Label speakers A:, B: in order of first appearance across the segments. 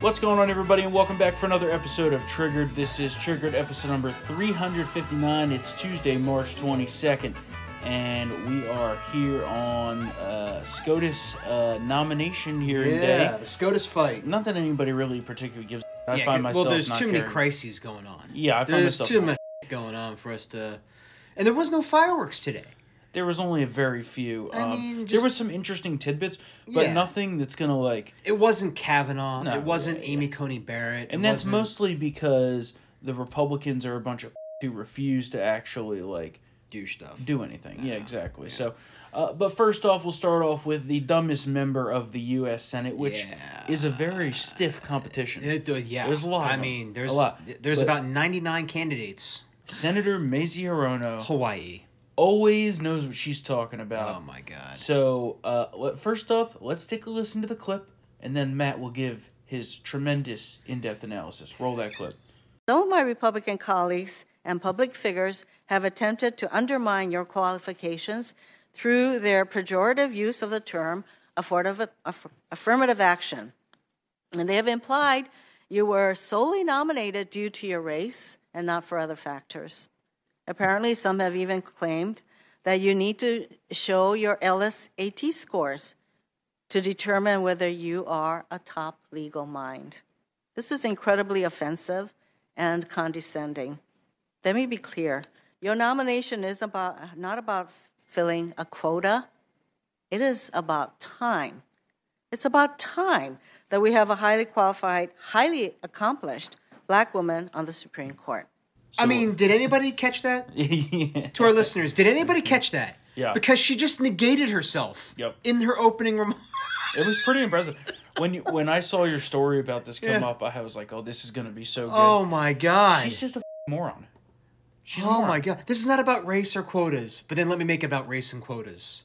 A: What's going on, everybody, and welcome back for another episode of Triggered. This is Triggered episode number 359. It's Tuesday, March 22nd, and we are here on uh, SCOTUS uh, nomination hearing
B: Yeah,
A: day.
B: the SCOTUS fight.
A: Not that anybody really particularly gives. a- I
C: Yeah,
A: find
C: good-
A: myself
C: well, there's
A: not
C: too many
A: caring.
C: crises going on.
A: Yeah, I find
C: there's
A: myself
C: too
A: not-
C: much going on for us to. And there was no fireworks today.
A: There was only a very few.
C: I
A: um,
C: mean,
A: there
C: just-
A: was some interesting tidbits, but
C: Yeah.
A: nothing that's gonna like.
C: It wasn't Kavanaugh.
A: No,
C: it wasn't
A: yeah, yeah.
C: Amy Coney Barrett.
A: and
C: it
A: that's
C: wasn't-
A: mostly because the Republicans are a bunch of who refuse to actually like
C: do stuff.
A: do anything. Yeah, exactly. So, uh, but first off, we'll start off with the dumbest member of the U.S. Senate, which
C: Yeah.
A: is a very stiff competition.
C: It- uh, yeah,
A: There's a lot of
C: I
A: 'em.
C: mean, there's
A: A lot.
C: There's
A: But-
C: about 99 candidates.
A: Senator Mazie Hirono
C: Hawaii.
A: always knows what she's talking about.
C: Oh my God.
A: so, uh, let- first off, let's take a listen to the clip, and then Matt will give his tremendous in-depth analysis. Roll that clip.
D: Though my Republican colleagues and public figures have attempted to undermine your qualifications through their pejorative use of the term affordab- aff- affirmative action, and they have implied you were solely nominated due to your race and not for other factors. Apparently, some have even claimed that you need to show your LSAT scores to determine whether you are a top legal mind. This is incredibly offensive and condescending. Let me be clear. Your nomination is about not about filling a quota. It is about time. It's about time that we have a highly qualified, highly accomplished black woman on the Supreme Court.
C: I mean, did anybody catch that?
A: yeah. Mm-hmm.
C: To our listeners, did anybody catch that?
A: Yeah.
C: Because she just negated herself
A: Yep.
C: in her opening remarks.
A: It was pretty impressive. When you, when I saw your story about this come up, I was like, "Oh, this is gonna be so good."
C: Oh my God.
A: She's just a f***ing moron. She's a
C: oh
A: moron.
C: my god this is not about race or quotas but then let me make it about race and quotas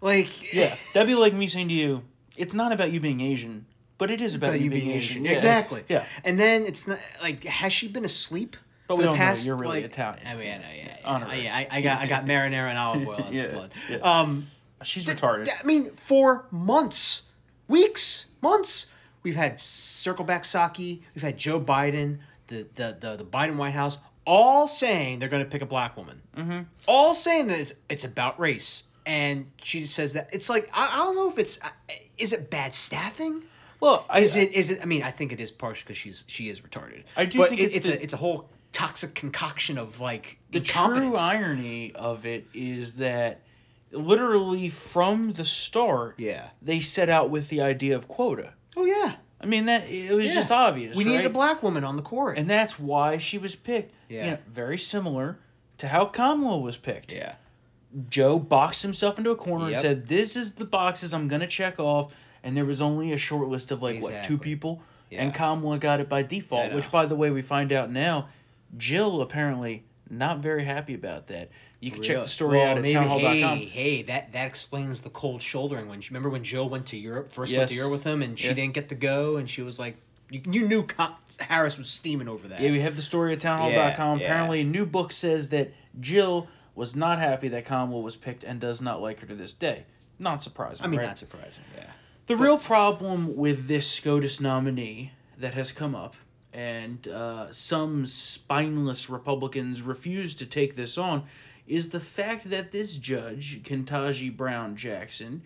C: like
A: Yeah, that'd be like me saying to you, "It's not about you being Asian, but it is about,
C: about
A: you being, Asian." Yeah.
C: exactly
A: Yeah.
C: and then it's not like has she been asleep
A: But
C: for
A: we
C: the
A: don't know,
C: past
A: you're really
C: like,
A: Italian.
C: i mean i know yeah, yeah,
A: Honorary.
C: I, yeah I, I got i got marinara and olive oil as
A: Yeah,
C: blood
A: yeah.
C: um
A: She's retarded.
C: i mean for months weeks months we've had circleback saki we've had joe biden the the the, the biden white house all saying they're going to pick a black woman
A: Mm-hmm.
C: all saying that it's, it's about race and she says that it's like i, I don't know if it's I- is it bad staffing
A: Well, I,
C: is it is it i mean i think it is partially because she's she is retarded
A: I do
C: But
A: think
C: it-
A: it's
C: it's,
A: the-
C: a it's a whole toxic concoction of like
A: the true irony of it is that literally from the start,
C: Yeah.
A: they set out with the idea of quota.
C: oh yeah
A: I mean, that it was
C: yeah.
A: just obvious.
C: we needed a
A: right?
C: black woman on the court
A: and that's why she was picked.
C: Yeah.
A: You know, very similar to how Kamala was picked.
C: yeah
A: Joe boxed himself into a corner
C: Yep.
A: and said, "This is the boxes I'm gonna check off." And there was only a short list of like what two
C: Exactly.
A: people,
C: Yeah.
A: and Kamala got it by default.
C: know.
A: Which, by the way, we find out now, Jill apparently not very happy about that. You can check
C: Really?
A: the story
C: Well,
A: out at
C: maybe-
A: townhall.com.
C: Hey, hey, that that explains the cold shouldering. When she, remember when Jill went to Europe first went to
A: Yes.
C: Europe with him, and she
A: Yeah.
C: didn't get to go, and she was like, you, you knew Co- Harris was steaming over that.
A: Yeah, we have the story at townhall.com.
C: Yeah,
A: com.
C: yeah.
A: Apparently, a new book says that Jill was not happy that Kamala was picked and does not like her to this day. Not surprising.
C: I mean,
A: right?
C: not surprising. Yeah,
A: The real problem with this SCOTUS nominee that has come up, and uh, some spineless Republicans refuse to take this on, is the fact that this judge, Kentaji Brown Jackson,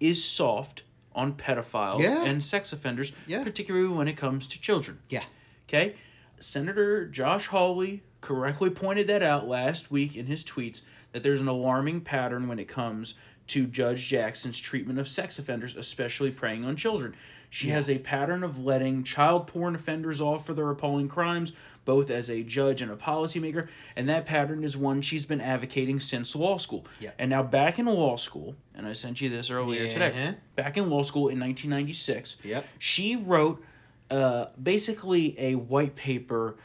A: is soft on pedophiles
C: Yeah.
A: and sex offenders,
C: Yeah.
A: particularly when it comes to children.
C: yeah,
A: Okay? Senator Josh Hawley correctly pointed that out last week in his tweets that there's an alarming pattern when it comes to Judge Jackson's treatment of sex offenders, especially preying on children. She has a pattern of letting child porn offenders off for their appalling crimes, both as a judge and a policymaker, and that pattern is one she's been advocating since law school.
C: Yeah.
A: And now back in law school, and I sent you this earlier today,
C: Yeah.
A: back in law school in 1996,
C: Yep.
A: she wrote uh, basically a white paper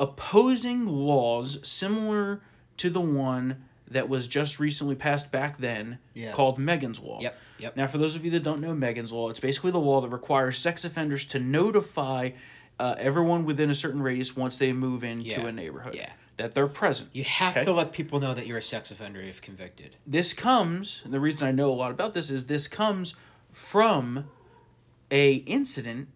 A: opposing laws similar to the one that was just recently passed back then
C: Yeah.
A: called Megan's Law.
C: Yep, yep.
A: Now, for those of you that don't know Megan's Law, it's basically the law that requires sex offenders to notify uh, everyone within a certain radius once they move into
C: Yeah,
A: a neighborhood
C: yeah.
A: that they're present.
C: you have
A: Okay.
C: to let people know that you're a sex offender if convicted.
A: this comes and the reason i know a lot about this is this comes from a incident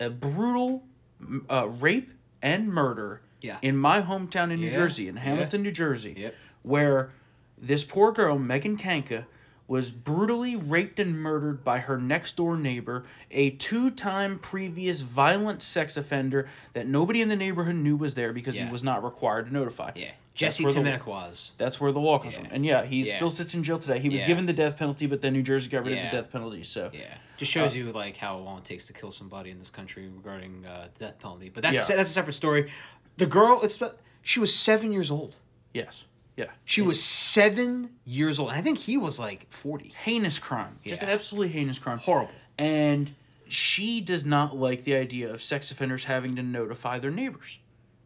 A: a brutal m- uh, rape and murder
C: Yeah.
A: in my hometown in New
C: Yeah,
A: Jersey, in
C: yeah.
A: Hamilton, New Jersey,
C: Yep.
A: where this poor girl, Megan Kanka, was brutally raped and murdered by her next door neighbor, a two time previous violent sex offender that nobody in the neighborhood knew was there because
C: Yeah.
A: he was not required to notify.
C: Yeah.
A: That's
C: Jesse
A: where the-
C: Temenaquaz.
A: that's where the law comes from. And yeah, he
C: Yeah.
A: still sits in jail today. He was
C: Yeah.
A: given the death penalty, but then New Jersey got rid of
C: Yeah.
A: the death penalty. So
C: Yeah. Just shows
A: Uh,
C: you like how long it takes to kill somebody in this country regarding uh, death penalty. But that's a
A: Yeah.
C: se- that's a separate story. The girl, it's she was seven years old.
A: yes, yeah,
C: She was seven years old, and I think he was like forty.
A: heinous crime, just an
C: Yeah.
A: absolutely heinous crime,
C: Horrible.
A: And she does not like the idea of sex offenders having to notify their neighbors,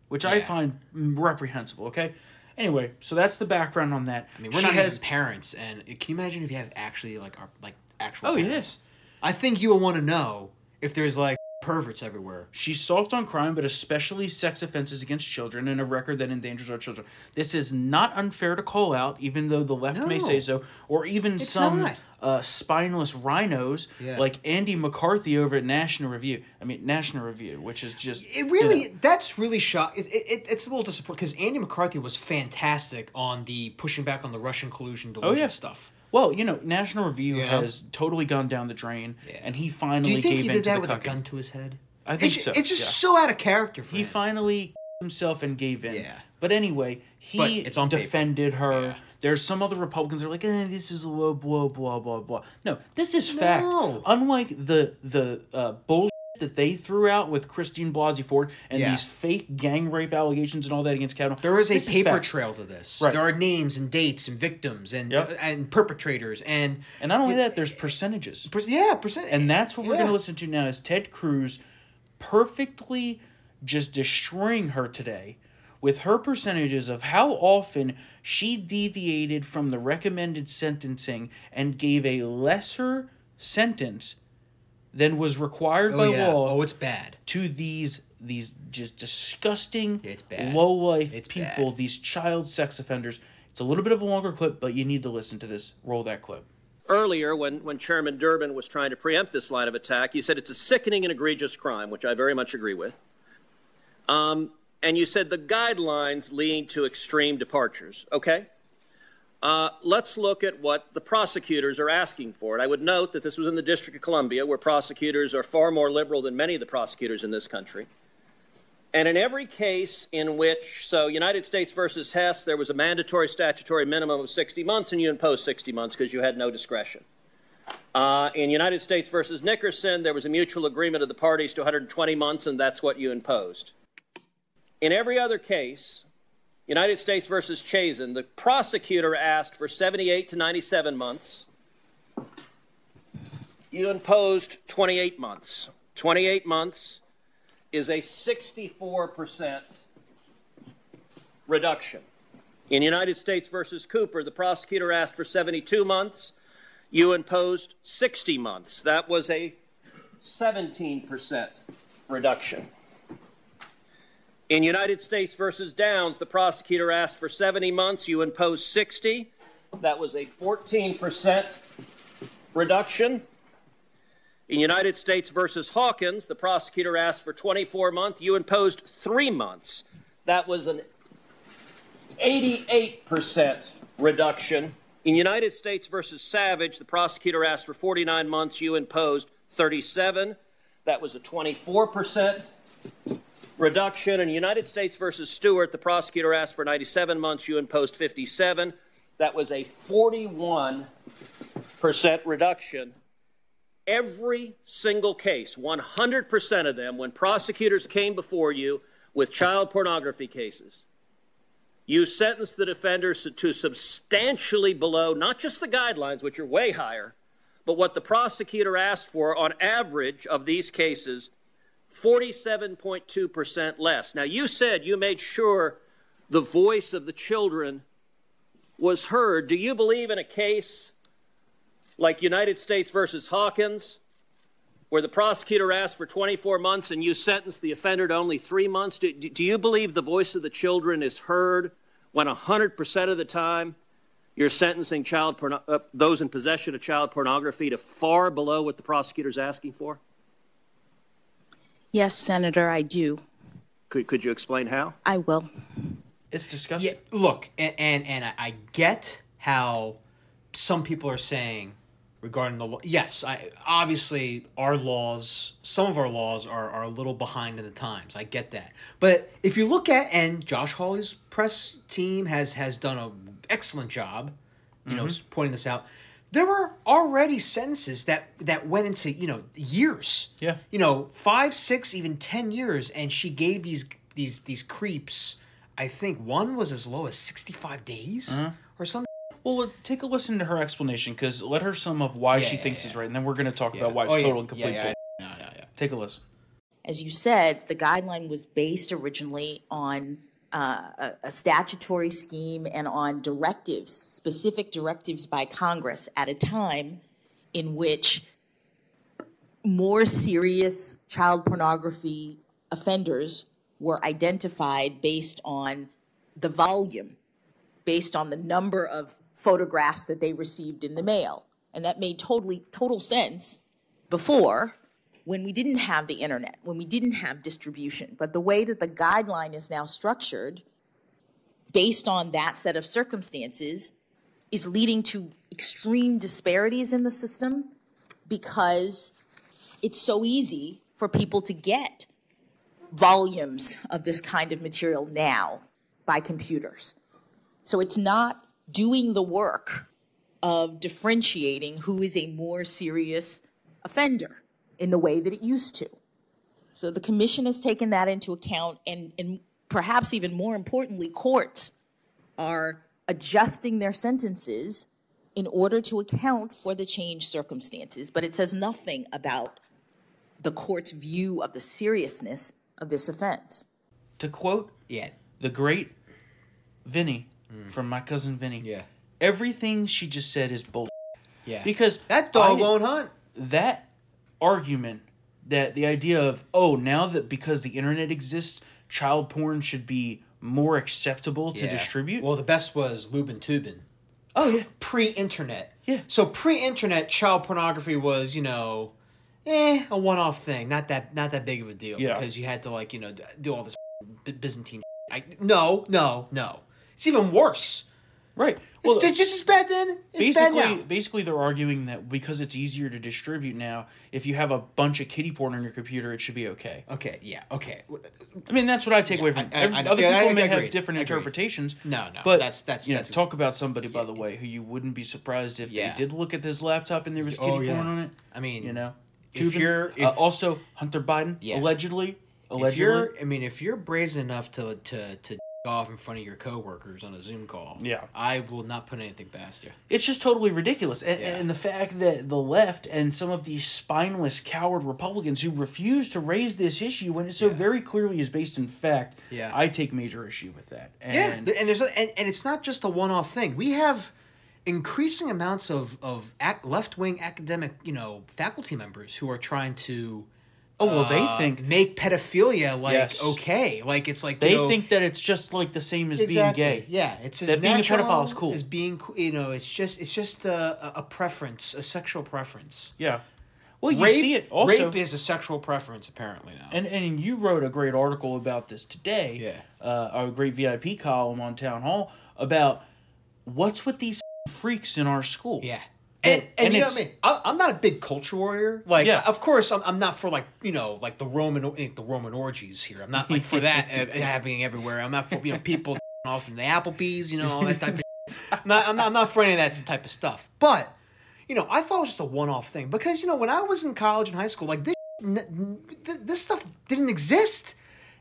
A: which I
C: Yeah.
A: find reprehensible. Okay. Anyway, so that's the background on that.
C: I mean, we're
A: she
C: not
A: has
C: even parents, and can you imagine if you have actually like our like actual?
A: oh yes,
C: parents? I think you will want to know if there's like perverts everywhere.
A: She's soft on crime, but especially sex offenses against children and a record that endangers our children. This is not unfair to call out, even though the left may
C: No.
A: say so, or even some
C: not.
A: uh, spineless rhinos
C: Yeah.
A: like Andy McCarthy over at National Review. I mean, National Review, which is just.
C: It really
A: you know,
C: that's really shock. It, it, it- it's a little disappointing because Andy McCarthy was fantastic on the pushing back on the Russian collusion delusion
A: Oh, yeah.
C: stuff.
A: well, you know, National Review
C: Yeah.
A: has totally gone down the drain,
C: Yeah.
A: and he
C: Do
A: finally
C: you think
A: gave
C: he
A: in
C: did
A: to the
C: that with a
A: cucking.
C: gun to his head?
A: I think
C: it's,
A: so,
C: It's just
A: yeah.
C: so out of character for
A: he
C: him.
A: finally himself and gave in.
C: Yeah.
A: But anyway, he
C: But it's on paper.
A: defended her.
C: Yeah.
A: There's some other Republicans that are like, eh, this is low blah blah blah blah. No, this is fact.
C: No.
A: Unlike the the uh, bullshit that they threw out with Christine Blasey Ford and
C: Yeah.
A: these fake gang rape allegations and all that against Kavanaugh.
C: There is a
A: this
C: paper
A: fact.
C: trail to this.
A: Right.
C: There are names and dates and victims and
A: Yep.
C: and perpetrators and
A: And not only that, there's percentages.
C: per- yeah percent.
A: And that's what we're going
C: Yeah.
A: to listen to now is Ted Cruz perfectly just destroying her today with her percentages of how often she deviated from the recommended sentencing and gave a lesser sentence than was required by
C: oh, yeah.
A: law
C: oh, it's bad.
A: to these these just disgusting
C: It's bad.
A: low life
C: It's
A: people,
C: bad.
A: these child sex offenders. It's a little bit of a longer clip, but you need to listen to this. Roll that clip.
B: earlier when, when Chairman Durbin was trying to preempt this line of attack. You said it's a sickening and egregious crime, which I very much agree with. Um, and you said the guidelines lead to extreme departures. Okay. Uh, let's look at what the prosecutors are asking for. And I would note that this was in the District of Columbia, where prosecutors are far more liberal than many of the prosecutors in this country. And in every case in which, so United States versus Hess, there was a mandatory statutory minimum of 60 months, and you imposed 60 months because you had no discretion. Uh, in United States versus Nickerson, there was a mutual agreement of the parties to 120 months, and that's what you imposed. In every other case, United States versus Chazen, the prosecutor asked for 78 to 97 months. You imposed 28 months. 28 months is a 64% reduction. In United States versus Cooper, the prosecutor asked for 72 months. You imposed 60 months. That was a 17% reduction. In United States versus Downs, the prosecutor asked for 70 months. You imposed 60. That was a 14% reduction. In United States versus Hawkins, the prosecutor asked for 24 months. You imposed three months. That was an 88% reduction. In United States versus Savage, the prosecutor asked for 49 months. You imposed 37. That was a 24% reduction. In United States versus Stewart, the prosecutor asked for 97 months. You imposed 57. That was a 41% reduction every single case, 100% of them, when prosecutors came before you with child pornography cases, you sentenced the defenders to substantially below, not just the guidelines, which are way higher, but what the prosecutor asked for on average of these cases, 47.2% less. Now, you said you made sure the voice of the children was heard. Do you believe in a case? like United States versus Hawkins, where the prosecutor asked for 24 months and you sentenced the offender to only three months? Do, do do you believe the voice of the children is heard when 100% of the time you're sentencing child porno- uh, those in possession of child pornography to far below what the prosecutor's asking for?
E: Yes, Senator, I do.
B: Could, could you explain how?
E: I will.
A: It's disgusting.
C: Yeah, look, and and, and I, I get how some people are saying regarding the law. Yes, I obviously our laws, some of our laws are are a little behind in the times. I get that, but if you look at and Josh Hawley's press team has has done an excellent job, you
A: Mm-hmm.
C: know, s- pointing this out. There were already sentences that that went into you know years.
A: Yeah.
C: You know, five, six, even ten years, and she gave these these these creeps. I think one was as low as sixty five days
A: Mm-hmm.
C: or something.
A: Well, let- take a listen to her explanation because let her sum up why she thinks he's right, and then we're going to talk about why it's
C: Oh, yeah.
A: total and complete.
C: Yeah, yeah,
A: bull- Take a listen.
F: as you said, the guideline was based originally on uh, a, a statutory scheme and on directives, specific directives by Congress at a time in which more serious child pornography offenders were identified based on the volume, based on the number of photographs that they received in the mail. And that made totally total sense before when we didn't have the internet, when we didn't have distribution. But the way that the guideline is now structured, based on that set of circumstances, is leading to extreme disparities in the system because it's so easy for people to get volumes of this kind of material now by computers. So it's not doing the work of differentiating who is a more serious offender in the way that it used to. So the commission has taken that into account, and, and perhaps even more importantly, courts are adjusting their sentences in order to account for the changed circumstances. But it says nothing about the court's view of the seriousness of this offense.
A: To quote
C: yeah,
A: the great Vinny from my cousin Vinny,
C: Mm. yeah,
A: everything she just said is bull.
C: yeah.
A: Because
C: that dog
A: I-
C: won't hunt.
A: that argument that the idea of oh now that because the internet exists child porn should be more acceptable to
C: Yeah.
A: distribute
C: Well, the best was Lubin Tubin.
A: oh yeah
C: pre-internet.
A: Yeah.
C: So pre-internet child pornography was, you know, eh, a one-off thing. Not that not that big of a deal
A: Yeah.
C: because you had to like, you know, d- do all this b- Byzantine. I no, no, no. It's even worse.
A: right
C: It's
A: well
C: ju- just as bad then. It's bad
A: basically
C: now.
A: basically they're arguing that because it's easier to distribute now if you have a bunch of kitty porn on your computer it should be okay
C: Okay, yeah, okay. W-
A: i mean that's what i take away from
C: I- I-
A: every-
C: I know.
A: other
C: Uh, Yeah, I
A: people
C: think
A: may
C: I
A: have
C: agreed.
A: different
C: Agreed.
A: interpretations
C: No, no,
A: but
C: that's- that's-
A: you know,
C: that's-
A: talk about somebody by the way who you wouldn't be surprised if
C: Yeah.
A: they did look at this laptop and there was kitty
C: Oh,
A: porn
C: yeah.
A: on it
C: I mean,
A: you know
C: if
A: Tubin.
C: you're if,
A: Uh, also Hunter Biden
C: Yeah.
A: allegedly
C: if
A: allegedly
C: you're I mean, if you're brazen enough to to to off in front of your coworkers on a Zoom call,
A: Yeah.
C: I will not put anything past you.
A: it's just totally ridiculous and,
C: Yeah.
A: and the fact that the left and some of these spineless coward Republicans who refuse to raise this issue when it so very clearly is based in fact
C: Yeah.
A: I take major issue with that
C: Yeah,
A: and
C: th- and there's a- and, and it's not just a one-off thing. We have increasing amounts of of ac- left-wing academic, you know, faculty members who are trying to
A: oh well they
C: Uh,
A: think
C: make pedophilia like
A: Yes.
C: okay, like it's like you
A: they
C: know-
A: think that it's just like the same as
C: exactly,
A: being gay
C: Yeah, it's as
A: That being a
C: natural
A: pedophile is cool.
C: As being, co- you know, it's just it's just a, a- a preference, a sexual preference.
A: yeah well you
C: rape,
A: see it also
C: rape is a sexual preference apparently now.
A: and and you wrote a great article about this today.
C: Yeah.
A: Uh, a great VIP column on Town Hall about what's with these freaks in our school.
C: Yeah. And, and,
A: and
C: you know
A: it's-
C: what I mean? I, I'm not a big culture warrior. Like,
A: Yeah.
C: of course, I'm, I'm not for like you know like the Roman like the Roman orgies here. I'm not like for that uh, happening everywhere. I'm not for you know people off in the Applebee's, you know all that type of. shit. I'm not, I'm not I'm not for any of that type of stuff. But you know, I thought it was just a one off thing because you know when I was in college and high school, like this n- n- th- this stuff didn't exist.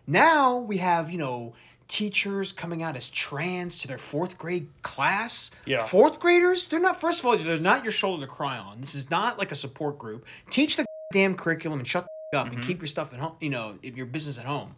C: Now we have you know teachers coming out as trans to their fourth grade class
A: Yeah.
C: fourth graders they're not first of all they're not your shoulder to cry on this is not like a support group teach the damn curriculum and shut the up
A: Mm-hmm.
C: and keep your stuff at home you know if your business at home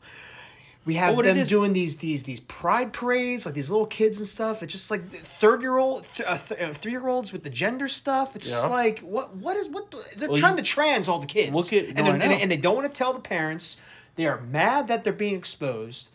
C: we have
A: Well, what it
C: them
A: is-
C: doing these these these pride parades like these little kids and stuff it's just like third year old th- uh, th- uh, three year olds with the gender stuff it's just
A: Yeah.
C: like what what is what the, they're
A: Well,
C: trying
A: you-
C: to trans all the kids
A: Look at-
C: and,
A: no, I
C: they're- and, they-
A: know.
C: and they don't want to tell the parents they are mad that they're being exposed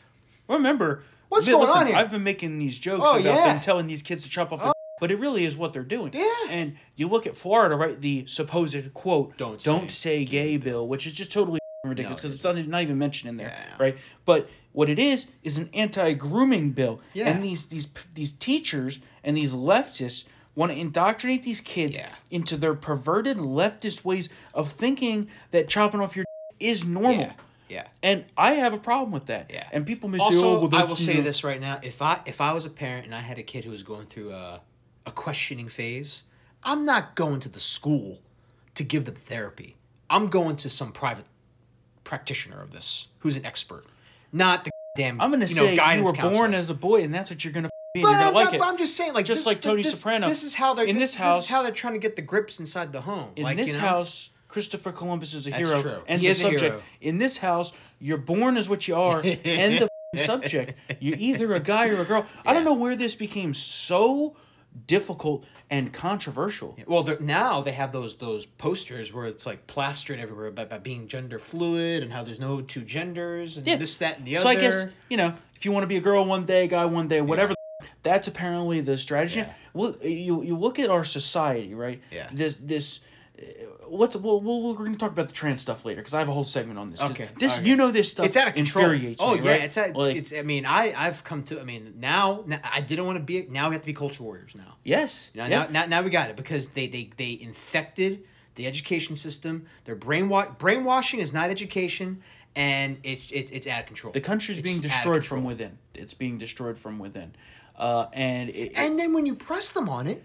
A: Remember
C: What's
A: li-
C: going
A: listen,
C: on here?
A: I've been making these jokes
C: Oh,
A: about
C: yeah. Oh.
A: them telling these kids to chop off their but it really is what they're doing.
C: Yeah.
A: And you look at Florida, right? The supposed quote
C: Don't
A: don't
C: say
A: say, gay bill, which is just totally ridiculous
C: it
A: because it's not, not even mentioned in there,
C: Yeah.
A: right? But what it is is an anti-grooming bill,
C: Yeah.
A: and these these these teachers and these leftists want to indoctrinate these kids
C: Yeah.
A: into their perverted leftist ways of thinking that chopping off your is normal.
C: Yeah. Yeah.
A: And I have a problem with that.
C: Yeah.
A: And people may say,
C: Also,
A: "Oh, well,
C: I
A: that's,
C: will
A: you
C: say
A: know-
C: this right now: if I if I was a parent and I had a kid who was going through a a questioning phase, I'm not going to the school to give them therapy. I'm going to some private practitioner of this who's an expert, not the damn.
A: I'm going to
C: you know,
A: say you
C: guidance
A: were born
C: counselor.
A: as a boy, and that's what you're going to be.
C: But
A: and you're going
C: I'm, not-
A: to like it.
C: but I'm just saying, like
A: just
C: this-
A: like Tony
C: this-
A: Soprano.
C: This is how they're
A: in this,
C: this
A: house.
C: is how they're trying to get the grips inside the home.
A: in
C: like,
A: this
C: you know?
A: house christopher columbus is a
C: That's
A: hero
C: true.
A: and
C: He
A: the
C: is a
A: subject
C: hero.
A: in this house you're born as what you are and the f***ing subject you're either a guy or a girl i don't know where this became so difficult and controversial
C: Well, they're- now they have those those posters where it's like plastered everywhere about, about being gender fluid and how there's no two genders and
A: Yeah.
C: this, that, and the
A: so
C: other.
A: i guess uh, you know if you want to be a girl one day guy one day whatever the f- that's apparently the strategy
C: Yeah.
A: well you, you look at our society right
C: Yeah.
A: this this uh, What's well, we'll we're going to talk about the trans stuff later because I have a whole segment on this. 'Cause
C: Okay,
A: this
C: okay.
A: you know this stuff.
C: it's out of control.
A: Infuriates
C: oh
A: me,
C: yeah,
A: right?
C: it's, out- it's
A: Like-
C: it's. I mean, I I've come to. I mean, now, now I didn't want to be. Now we have to be culture warriors now.
A: Yes.
C: Now,
A: yes.
C: now, now, now we got it because they, they, they infected the education system. Their brainwa- brainwashing is not education, and it's it's, it's out of control.
A: the country's being
C: It's out of
A: destroyed
C: control.
A: from within. It's being destroyed from within. Uh, and it,
C: And then when you press them on it,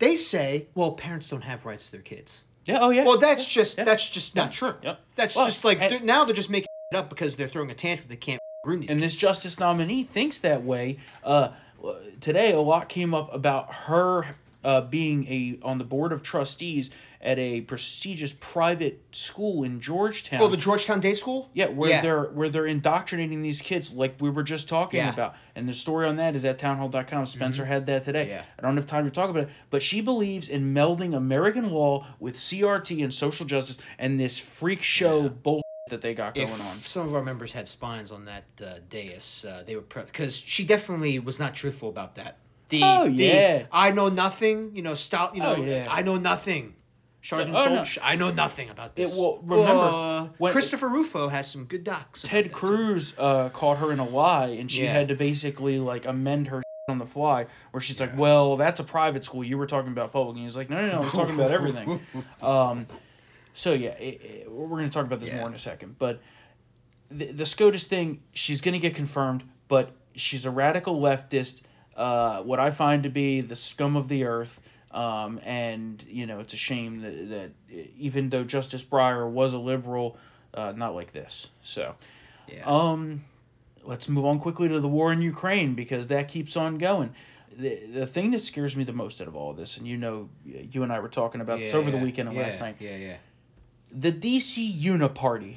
C: they say, "Well, parents don't have rights to their kids."
A: yeah, oh yeah.
C: Well, that's
A: yeah,
C: just
A: yeah.
C: that's just not true.
A: Yep.
C: That's
A: Well,
C: just like
A: and-
C: they're, now they're just making it up because they're throwing a tantrum. They can't groom these.
A: and
C: kids.
A: this justice nominee thinks that way. Uh, today, a lot came up about her uh, being a on the board of trustees at a prestigious private school in Georgetown.
C: oh, the Georgetown Day School.
A: Yeah, where
C: yeah.
A: they're where they're indoctrinating these kids like we were just talking
C: Yeah. Mm-hmm.
A: about. And the story on that is at townhall.com. Spencer had that today.
C: Yeah.
A: I don't have time to talk about it, but she believes in melding American law with CRT and social justice and this freak show bullshit that they got going
C: if
A: on.
C: some of our members had spines on that uh, dais, uh, they were because she definitely was not truthful about that. The,
A: Oh,
C: the,
A: yeah.
C: I know nothing. You know, stop. You know,
A: Oh, yeah.
C: I know nothing. Sergeant
A: Oh, no.
C: Solch, I know nothing about this.
A: well, remember,
C: Uh,
A: when-
C: Christopher Rufo has some good docs. about
A: Ted
C: that, too.
A: Cruz uh, caught her in a lie, and she
C: Yeah.
A: had to basically like amend her on the fly, where she's like, "Well, that's a private school. You were talking about public." And he's like, "No, no, no. We're talking about everything." Um, so yeah, it, it- we're going to talk about this more in a second, but the, the SCOTUS thing, she's going to get confirmed, but she's a radical leftist, uh, what I find to be the scum of the earth. Um, and, you know, it's a shame that, that even though Justice Breyer was a liberal, uh, not like this. So,
C: Yeah.
A: um, let's move on quickly to the war in Ukraine because that keeps on going. The, the thing that scares me the most out of all this, and you know, you and I were talking about this
C: Yeah,
A: over the
C: yeah,
A: weekend and
C: yeah,
A: last night
C: Yeah, yeah.
A: the DC Uniparty,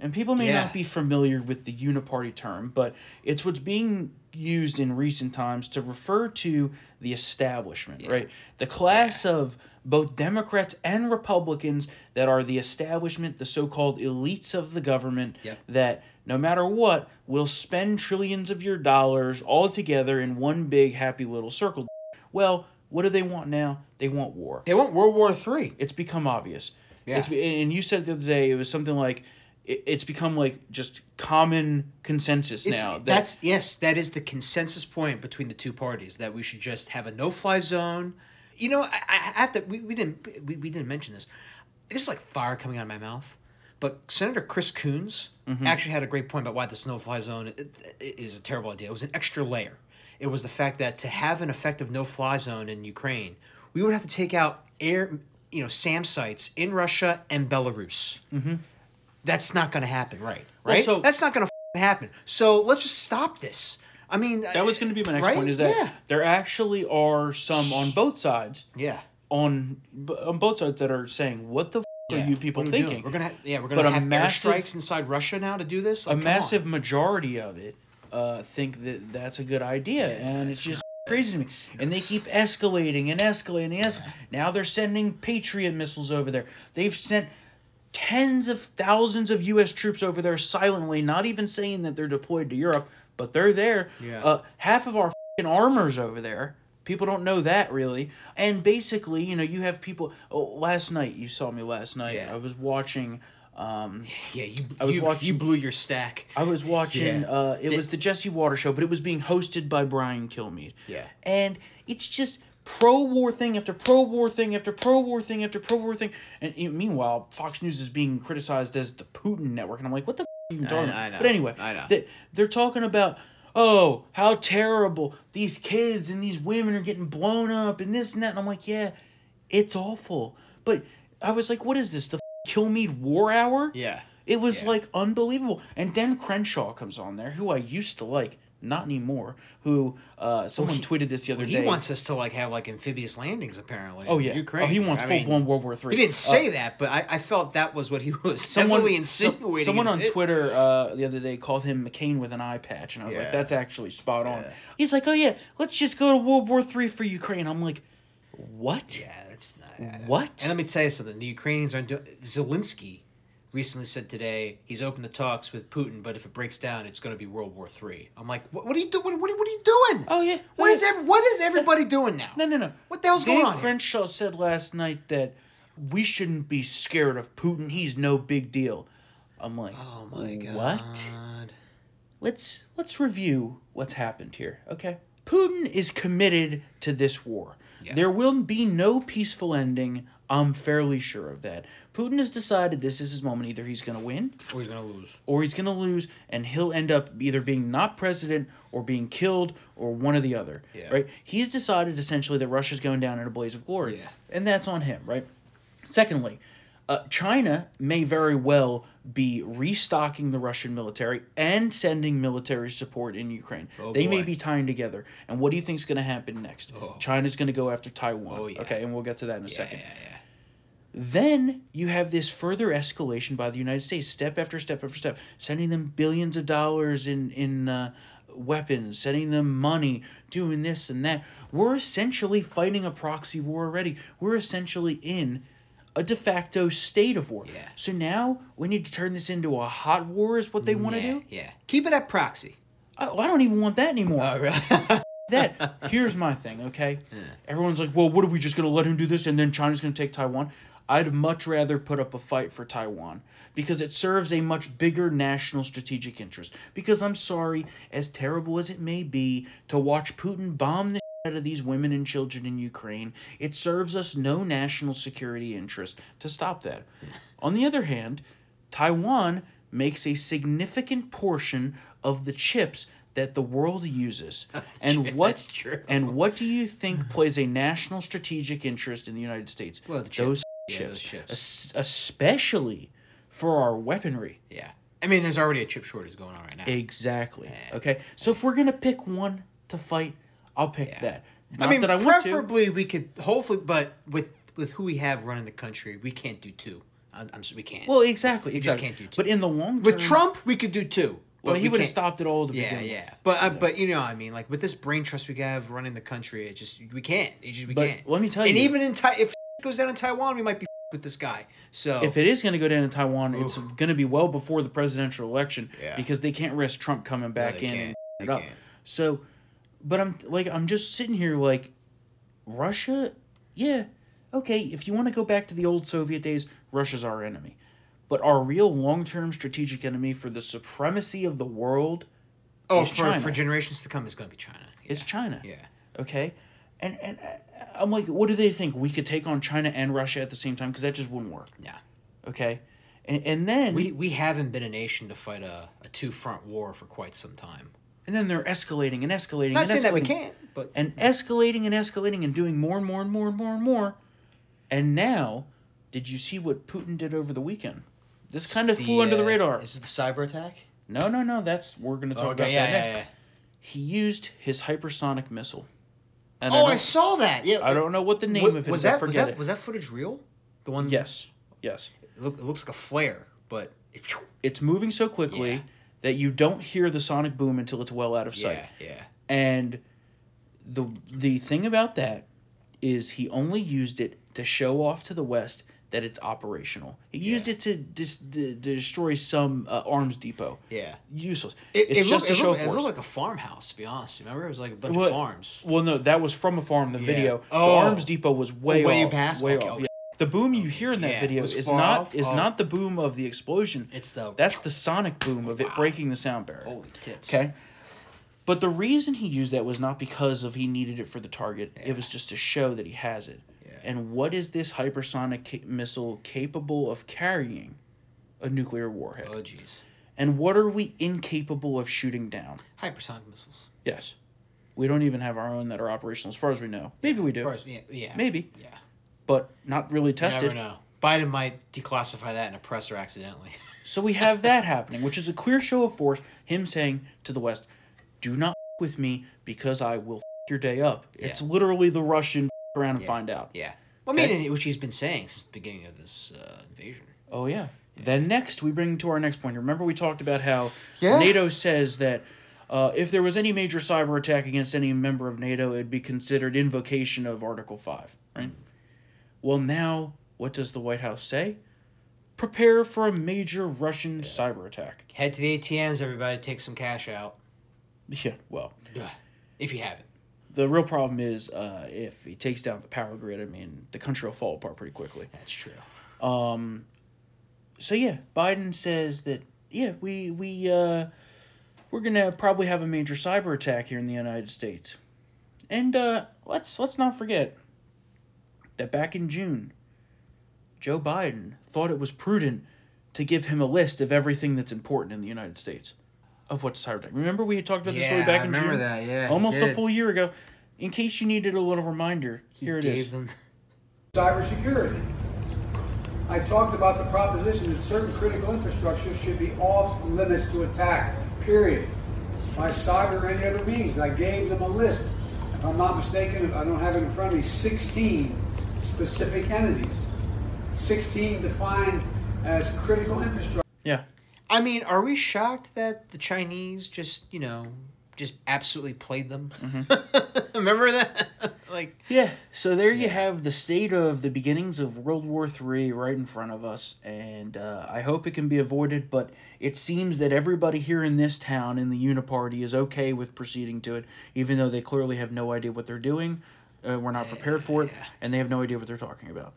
A: and people may
C: Yeah.
A: not be familiar with the Uniparty term, but it's what's being used in recent times to refer to the establishment, right? The class of both Democrats and Republicans that are the establishment, the so called elites of the government,
C: Yep.
A: that no matter what, will spend trillions of your dollars all together in one big happy little circle. Well, what do they want now? They want war
C: They want World War Three.
A: it's become obvious.
C: Yeah.
A: It's, and you said the other day it was something like it, it's become like just common consensus
C: It's-
A: now. that-
C: that's yes, that is the consensus point between the two parties that we should just have a no-fly zone. You know, I, I I have to. We, we didn't we, we didn't mention this. This is like fire coming out of my mouth. But Senator Chris Coons
A: Mm-hmm.
C: actually had a great point about why this no-fly zone i- i- is a terrible idea. It was an extra layer. It was the fact that to have an effective no-fly zone in Ukraine, we would have to take out air, you know, SAM sites in Russia and Belarus. Mm-hmm. That's not going to happen, right? Right.
A: so-
C: that's not going to happen. So let's just stop this. I mean,
A: that was going to be my next point. Is that
C: yeah,
A: there actually are some on both sides
C: yeah,
A: on b- on both sides that are saying, "What the f-
C: yeah.
A: are you people
C: What we doing?
A: thinking?"
C: We're gonna ha- yeah, we're
A: But
C: gonna
A: a
C: have
A: massive-
C: airstrikes inside Russia now to do this.
A: a
C: Like, come on.
A: massive majority of it uh, think that that's a good idea, and it's just crazy to me. And they keep escalating and escalating. And escalating. Now they're sending Patriot missiles over there. They've sent tens of thousands of U.S. troops over there silently, not even saying that they're deployed to Europe, but they're there.
C: Yeah.
A: Uh, half of our fing armor's over there. People don't know that really. And basically, you know, you have people. Oh, last night, you saw me last night.
C: Yeah.
A: I was watching
C: Yeah, you
A: I was
C: you,
A: watching-
C: you blew your stack.
A: I was watching.
C: Yeah.
A: Uh, it was the Jesse Water show, but it was being hosted by Brian Kilmeade.
C: Yeah.
A: and it's just pro war thing after pro war thing after pro war thing after pro war thing. And you know, meanwhile, Fox News is being criticized as the Putin network, and I'm like, what the f- are you even talking
C: know, I
A: about?
C: know,
A: But anyway,
C: I know.
A: They, they're talking about. Oh, how terrible these kids and these women are getting blown up and this and that. And I'm like, yeah, it's awful. But I was like, what is this? The f- Kilmeade War Hour?
C: Yeah.
A: It was like unbelievable. And Dan Crenshaw comes on there, who I used to like, not anymore. Who uh, someone tweeted this the other
C: He
A: day.
C: wants us to like have like amphibious landings apparently.
A: oh
C: in
A: yeah,
C: Ukraine.
A: Oh, he wants
C: I
A: full
C: mean,
A: blown World War Three.
C: He didn't say that, but I, I felt that was what he was
A: someone
C: heavily
A: so-
C: insinuating. in
A: someone on
C: his-
A: Twitter uh, the other day called him McCain with an eye patch, and I was like,
C: Yeah.
A: that's actually spot on. He's like, oh yeah, let's just go to World War Three for Ukraine. I'm like, what?
C: Yeah, that's not.
A: What?
C: And let me tell you something. The Ukrainians aren't doing. Zelensky recently said today he's opened the talks with Putin, but if it breaks down, it's going to be World War Three. I'm like, what, what are you doing? What, are- what are you doing?
A: Oh, yeah.
C: What
A: Oh,
C: is
A: yeah.
C: ev- What is everybody doing now?
A: No, no, no.
C: What the hell's
A: Dan
C: going on here?
A: Crenshaw said last night that we shouldn't be scared of Putin. He's no big deal. I'm like,
C: Oh my god.
A: What? let's let's review what's happened here okay putin is committed to this war there will be no peaceful ending i'm fairly sure of that putin has decided this is his moment either he's going to win
C: Or he's going to lose.
A: or he's going to lose and he'll end up either being not president or being killed or one or the other right he's decided essentially that russia's going down in a blaze of glory
C: Yeah.
A: and that's on him right secondly uh, china may very well be restocking the russian military and sending military support in ukraine they may
C: Oh, boy.
A: be tying together and what do you think's going to happen next china's going to go after taiwan
C: Oh, yeah.
A: okay and we'll get to that in a second
C: Yeah, yeah.
A: then you have this further escalation by the United States, step after step after step, sending them billions of dollars in in uh, weapons, sending them money, doing this and that. We're essentially fighting a proxy war already. We're essentially in a de facto state of war.
C: Yeah.
A: So now we need to turn this into a hot war. Is what they want to
C: yeah,
A: do?
C: yeah. Keep it at proxy.
A: I, I don't even want that anymore
C: yeah,
A: that here's my thing okay everyone's like well what are we just going to let him do this and then china's going to take taiwan i'd much rather put up a fight for taiwan because it serves a much bigger national strategic interest because i'm sorry as terrible as it may be to watch putin bomb the out of these women and children in Ukraine. It serves us no national security interest to stop that. On the other hand, Taiwan makes a significant portion of the chips that the world uses. And what
C: that's true.
A: and what do you think plays a national strategic interest in the United States?
C: Well, the
A: those
C: chips. Yeah,
A: chips,
C: those chips.
A: Es- especially for our weaponry.
C: I mean, there's already a chip shortage going on right now.
A: Exactly. Okay. So if we're gonna pick one to fight, I'll pick that. Not
C: I mean,
A: that I want to.
C: preferably we could hopefully, but with with who we have running the country, we can't do two. I'm, I'm we can't.
A: Well, exactly, exactly.
C: can't do two.
A: But in the long term,
C: with Trump, we could do two.
A: well,
C: but
A: he
C: we
A: would have
C: can't-
A: stopped it all to
C: Yeah,
A: begin
C: yeah.
A: with.
C: But uh, but you know, what I mean, like with this brain trust we have running the country, it just we can't. It just we
A: But
C: can't.
A: let me tell
C: and
A: you-
C: even in Tai, if goes down in Taiwan, we might be with this guy. So
A: If it is going to go down to Taiwan, it's going to be well before the presidential election
C: Yeah.
A: because they can't risk Trump coming back
C: they
A: in and
C: can't.
A: it
C: They
A: up.
C: can't.
A: So, but I'm like I'm just sitting here like Russia, yeah, okay. If you want to go back to the old Soviet days, Russia's our enemy, but our real long-term strategic enemy for the supremacy of the world
C: oh,
A: it's
C: for,
A: China.
C: for generations to come, it's going to be China.
A: is China.
C: Yeah.
A: okay and and uh, i'm like what do they think we could take on china and russia at the same time because that just wouldn't work
C: Yeah.
A: okay and, and then
C: We, we haven't been a nation to fight a, a two front war for quite some time.
A: and then they're escalating and escalating
C: Not
A: and
C: saying
A: escalating
C: that we can't, but
A: and escalating and escalating and doing more and more and more and more and more and now did you see what putin did over the weekend this kind of flew under the
C: uh,
A: radar
C: Is it the cyber attack? Oh,
A: no no no that's we're going to talk about that next he used his hypersonic missile and I,
C: Oh, I,
A: don't,
C: saw that. Yeah,
A: I don't know what the name
C: Wa-
A: of it
C: was
A: is. I
C: that was
A: forget
C: that
A: it.
C: was that footage real? The one
A: yes yes
C: it, look, it looks like a flare, but it,
A: it's moving so quickly
C: Yeah.
A: that you don't hear the sonic boom until it's well out of sight.
C: yeah.
A: And the the thing about that is he only used it to show off to the West that it's operational. He used it to dis- d- destroy some uh, arms depot.
C: Yeah.
A: Useless.
C: It,
A: it's
C: it
A: just
C: looked,
A: a
C: it,
A: show
C: looked, it
A: force.
C: looked like a farmhouse. To be honest, remember it was like a bunch
A: Well-
C: of farms.
A: Well, no, that was from a farm. The video.
C: Oh.
A: The arms depot was way
C: Way
A: off,
C: past-
A: Way
C: okay,
A: off.
C: oh,
A: yeah. The boom you hear in that
C: Yeah, it
A: video
C: was
A: is
C: far
A: not
C: off.
A: is
C: Oh.
A: not the boom of the explosion.
C: It's the-
A: that's the sonic boom of it breaking the sound barrier.
C: Holy tits.
A: Okay. But the reason he used that was not because of he needed it for the target. It was just to show that he has it. And what is this hypersonic ca- missile capable of carrying? A nuclear warhead.
C: Oh jeez.
A: And what are we incapable of shooting down?
C: Hypersonic missiles.
A: Yes. We don't even have our own that are operational as far as we know. Maybe we do.
C: Of course, yeah, yeah.
A: Maybe.
C: Yeah.
A: But not really
C: I
A: tested.
C: never know. Biden might declassify that in a presser accidentally.
A: So we have that happening, which is a clear show of force. Him saying to the West, "Do not f- with me because I will f- your day up." It's literally the Russian f- around and find out.
C: yeah. Well, I mean, and- which he's been saying since the beginning of this uh, invasion.
A: Oh yeah. Then next we bring to our next point. Remember we talked about how
C: Yeah.
A: NATO says that uh, if there was any major cyber attack against any member of NATO, it'd be considered invocation of Article Five, right? Well, now what does the White House say? Prepare for a major Russian cyber attack.
C: Head to the ATMs, everybody. Take some cash out.
A: Yeah. Well.
C: Ugh. If you haven't.
A: the real problem is uh, if he takes down the power grid, I mean, the country will fall apart pretty quickly.
C: That's true.
A: So yeah, Biden says that yeah we we uh, we're gonna probably have a major cyber attack here in the United States, and uh, let's let's not forget that back in June, Joe Biden thought it was prudent to give him a list of everything that's important in the United States of what's cyber attack. Remember we had talked about this story
C: Yeah,
A: back
C: I
A: in
C: remember
A: June,
C: that, yeah, he
A: almost a
C: did.
A: full year ago. In case you needed a little reminder, here it is.
C: Gave them.
E: Cybersecurity. I talked about the proposition that certain critical infrastructure should be off limits to attack, period, by cyber or any other means. I gave them a list. If I'm not mistaken, I don't have it in front of me, 16 specific entities, 16 defined as critical infrastructure.
A: Yeah.
C: I mean, are we shocked that the Chinese just, you know, just absolutely played them?
A: Mm-hmm.
C: Remember that? like,
A: Yeah. So there you have the state of the beginnings of World War Three right in front of us, and uh, I hope it can be avoided. But it seems that everybody here in this town in the Uniparty is okay with proceeding to it, even though they clearly have no idea what they're doing. Uh, we're not prepared for it, and they have no idea what they're talking about.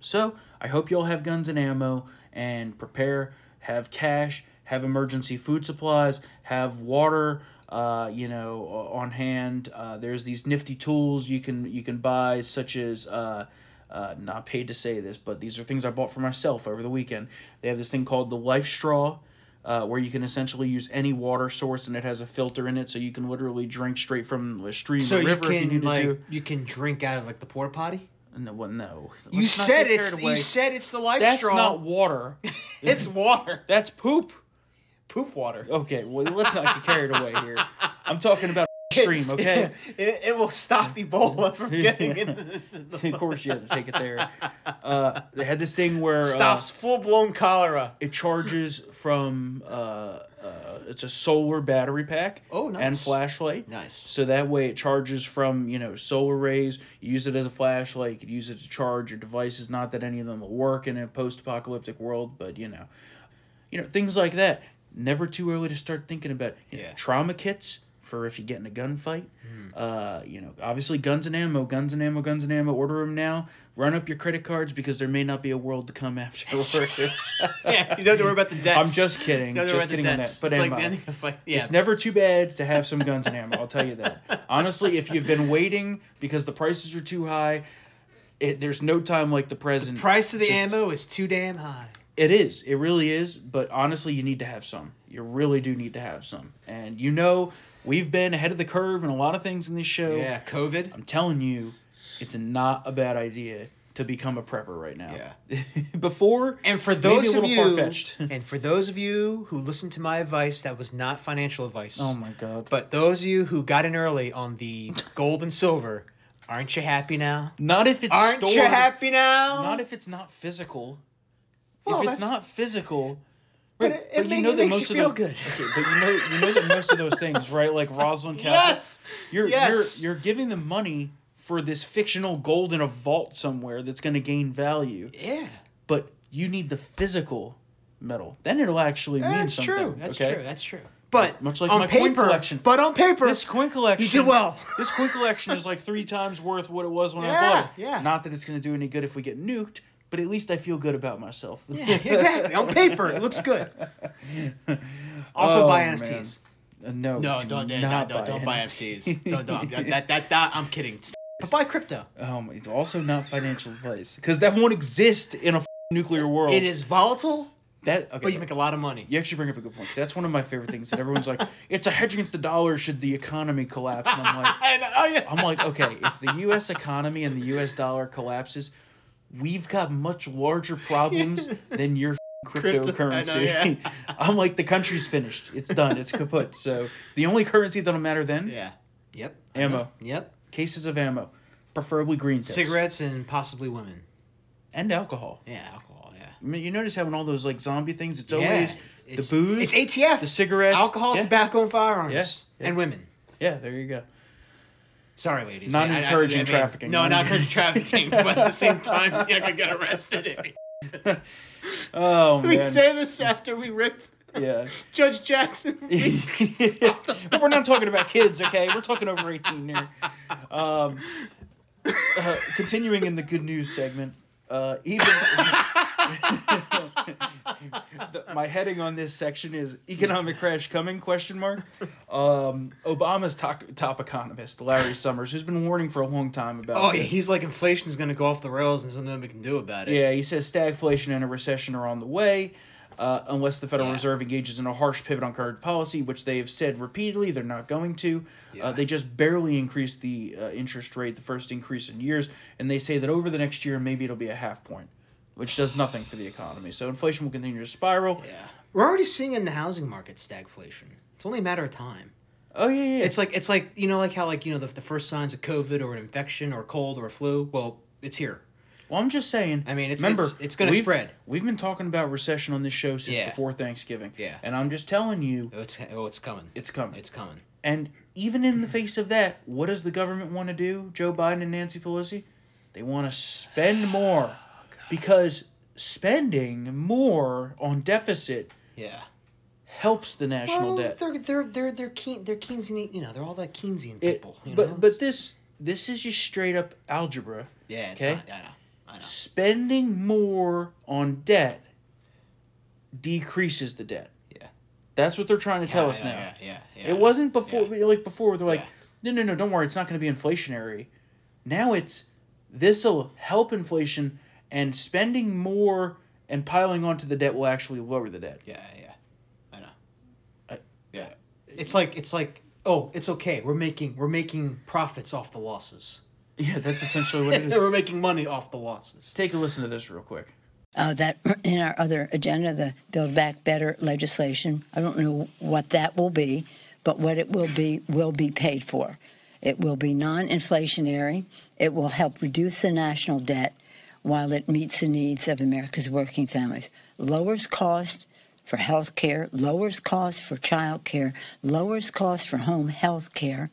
A: So I hope you all have guns and ammo and prepare, have cash, have emergency food supplies, have water. Uh, you know, o- on hand. Uh, there's these nifty tools you can you can buy, such as uh, uh, not paid to say this, but these are things I bought for myself over the weekend. They have this thing called the Life Straw. Uh, where you can essentially use any water source and it has a filter in it, so you can literally drink straight from the stream
C: so
A: or
C: you
A: river if you
C: can
A: need
C: like
A: to.
C: you can drink out of like the porta potty.
A: No, well, no.
C: You
A: Let's not
C: said
A: get
C: it's
A: carried
C: you
A: away.
C: said it's the life
A: that's
C: straw.
A: not water.
C: it's water,
A: That's poop.
C: poop water.
A: Okay, well, let's not get carried away here. I'm talking about stream, okay?
C: it, it will stop Ebola from getting in.
A: of course, you had to take it there. Uh, they had this thing where uh,
C: Stops full blown cholera.
A: it charges from uh, uh, it's a solar battery pack.
C: Oh, nice.
A: And flashlight.
C: Nice.
A: So that way it charges from you know solar rays. You use it as a flashlight. You could use it to charge your devices. Not that any of them will work in a post-apocalyptic world, but you know, you know things like that. Never too early to start thinking about you know,
C: Yeah. Hmm.
A: trauma kits for if you get in a gunfight. Uh, you know, obviously guns and ammo, guns and ammo, guns and ammo. Order them now. Run up your credit cards because there may not be a world to come afterwards.
C: Yeah, you don't have to worry about the debts.
A: I'm just kidding.
C: You don't have
A: Just
C: to worry about the
A: kidding on that.
C: debts.
A: But
C: it's
A: am
C: like the
A: I?
C: end of the fight. Yeah,
A: It's never too bad to have some guns and ammo. I'll tell you that. Honestly, if you've been waiting because the prices are too high, it, there's no time like the present.
C: price of the
A: Just-
C: ammo is too damn high.
A: It is. It really is. But honestly, you need to have some. You really do need to have some. And you know, we've been ahead of the curve in a lot of things in this show.
C: Yeah, COVID.
A: I'm telling you, it's not a bad idea to become a prepper right now. Yeah. Before
C: And for
A: maybe
C: those
A: a
C: of
A: little
C: you,
A: far-fetched.
C: and for those of you who listened to my advice, that was not financial advice.
A: Oh my god.
C: But those of you who got in early on the gold and silver, aren't you happy now?
A: Not if it's
C: Aren't you
A: stored.
C: happy now?
A: Not if it's not physical.
C: Well,
A: if it's
C: that's-
A: not physical,
C: but
A: right,
C: it, it, ma- it makes you feel
A: of the,
C: good.
A: Okay, but you know you know that most of those things, right? Like Rosalind Castle.
C: Yes.
A: You're
C: Yes.
A: you're you're giving them money for this fictional gold in a vault somewhere that's going to gain value,
C: Yeah,
A: but you need the physical metal. Then it'll actually mean
C: that's
A: something.
C: true. That's
A: okay?
C: true. That's true. But
A: Much like
C: on
A: my
C: paper,
A: coin collection.
C: But on paper,
A: This coin collection.
C: You did well.
A: this coin collection is like three times worth what it was when I
C: Yeah,
A: bought it.
C: yeah.
A: Not that it's going to do any good if we get nuked, but at least I feel good about myself.
C: exactly. On paper, it looks good. Also,
A: Oh,
C: buy
A: man.
C: NFTs.
A: Uh, no,
C: No,
A: do
C: don't, don't,
A: not
C: don't, don't buy
A: any.
C: NFTs. don't, don't. That, that, that, that, I'm kidding. But buy crypto.
A: Um, it's also not financial advice because that won't exist in a f- nuclear world.
C: It is volatile,
A: that. Okay,
C: but you make a lot of money.
A: You actually bring up a good point 'cause that's one of my favorite things that everyone's like, it's a hedge against the dollar should the economy collapse. And I'm like,
C: And, oh, yeah.
A: I'm like, okay, if the U.S. economy and the U.S. dollar collapses, we've got much larger problems than your f***ing
C: Crypto, I know,
A: cryptocurrency.
C: yeah.
A: I'm like, the country's finished. It's done. It's kaput. So the only currency that'll matter then,
C: Yeah. Yep.
A: ammo,
C: Yep.
A: cases of ammo, preferably green tips.
C: Cigarettes and possibly women.
A: and alcohol.
C: Yeah, alcohol. Yeah.
A: I mean, you notice how in all those like zombie things, it's always the booze.
C: It's ATF.
A: the cigarettes,
C: Alcohol,
A: yeah.
C: tobacco, and firearms.
A: Yeah, yeah.
C: And women.
A: yeah, there you go.
C: Sorry, ladies.
A: Not
C: I- I- I-
A: encouraging
C: I mean,
A: trafficking.
C: No, not encouraging trafficking. But at the same time, you're not gonna get arrested.
A: Oh
C: We
A: man,
C: say this after we rip
A: yeah.
C: Judge Jackson.
A: but we're not talking about kids, okay? We're talking over 18 here. Um, uh, continuing in the good news segment, uh, even. The- my heading on this section is economic crash coming question mark um, obama's top, top economist larry summers who's been warning for a long time about
C: Oh yeah,
A: this.
C: he's like inflation's gonna go off the rails, and there's nothing we can do about it.
A: Yeah, he says stagflation and a recession are on the way uh, unless the Federal Reserve engages in a harsh pivot on current policy, which they have said repeatedly they're not going to. Uh, they just barely increased the uh, interest rate, the first increase in years, and they say that over the next year, maybe it'll be a half point, which does nothing for the economy. So inflation will continue to spiral. Yeah.
C: We're already seeing in the housing market stagflation. It's only a matter of time.
A: Oh, yeah, yeah. yeah.
C: It's like it's like you know like how like you know the, the first signs of COVID or an infection or a cold or a flu. Well, it's here.
A: Well, I'm just saying.
C: I mean, it's- it's- it's gonna
A: we've-
C: spread.
A: We've been talking about recession on this show since
C: Yeah.
A: before Thanksgiving.
C: Yeah.
A: And I'm just telling you,
C: Oh, it's oh, it's coming.
A: it's coming.
C: it's coming.
A: And even in the face of that, what does the government want to do, Joe Biden and Nancy Pelosi? They want to spend more because spending more on deficit
C: Yeah.
A: helps the national
C: Well,
A: debt.
C: they're they're they're they're Keen, they're Keynesian. You know, they're all that Keynesian
A: It-
C: people. you know?
A: but but this this is just straight up algebra.
C: yeah, it's
A: 'kay?
C: not. I know. I know.
A: Spending more on debt decreases the debt.
C: Yeah.
A: That's what they're trying to tell
C: I
A: us
C: know,
A: now.
C: Yeah, yeah, yeah.
A: It wasn't before,
C: Yeah.
A: like before, they're like,
C: Yeah.
A: no, no, no, don't worry, it's not going to be inflationary. Now it's this will help inflation, and spending more and piling onto the debt will actually lower the debt.
C: Yeah, yeah. I know. yeah. It's like it's like oh, it's okay. We're making we're making profits off the losses.
A: Yeah, that's essentially what it is.
C: we're making money off the losses.
A: Take a listen to this real quick.
G: uh, that in our other agenda, the Build Back Better legislation. I don't know what that will be, but what it will be will be paid for. It will be non inflationary. It will help reduce the national debt while it meets the needs of America's working families, lowers costs for health care, lowers costs for child care, lowers costs for home health care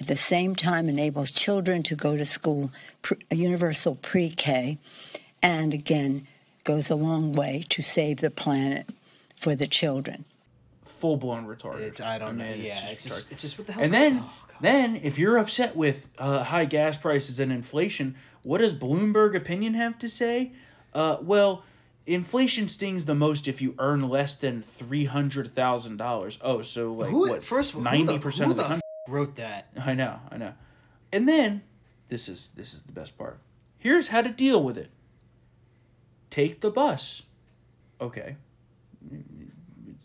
G: at the same time enables children to go to school, pre, universal pre K, and again goes a long way to save the planet for the children.
A: Full blown retarded.
C: It's, I don't know.
A: mean,
C: yeah, it's just, it's just,
A: retarded.
C: what the hell.
A: and then,
C: Oh,
A: then if you're upset with uh, high gas prices and inflation, what does Bloomberg opinion have to say? Uh, well, inflation stings the most if you earn less than three hundred thousand dollars. Oh, so like
C: who
A: what?
C: first of all,
A: ninety
C: ninety
A: percent of the country.
C: wrote that?
A: I know, I know. And then, this is this is the best part. Here's how to deal with it. Take the bus. Okay.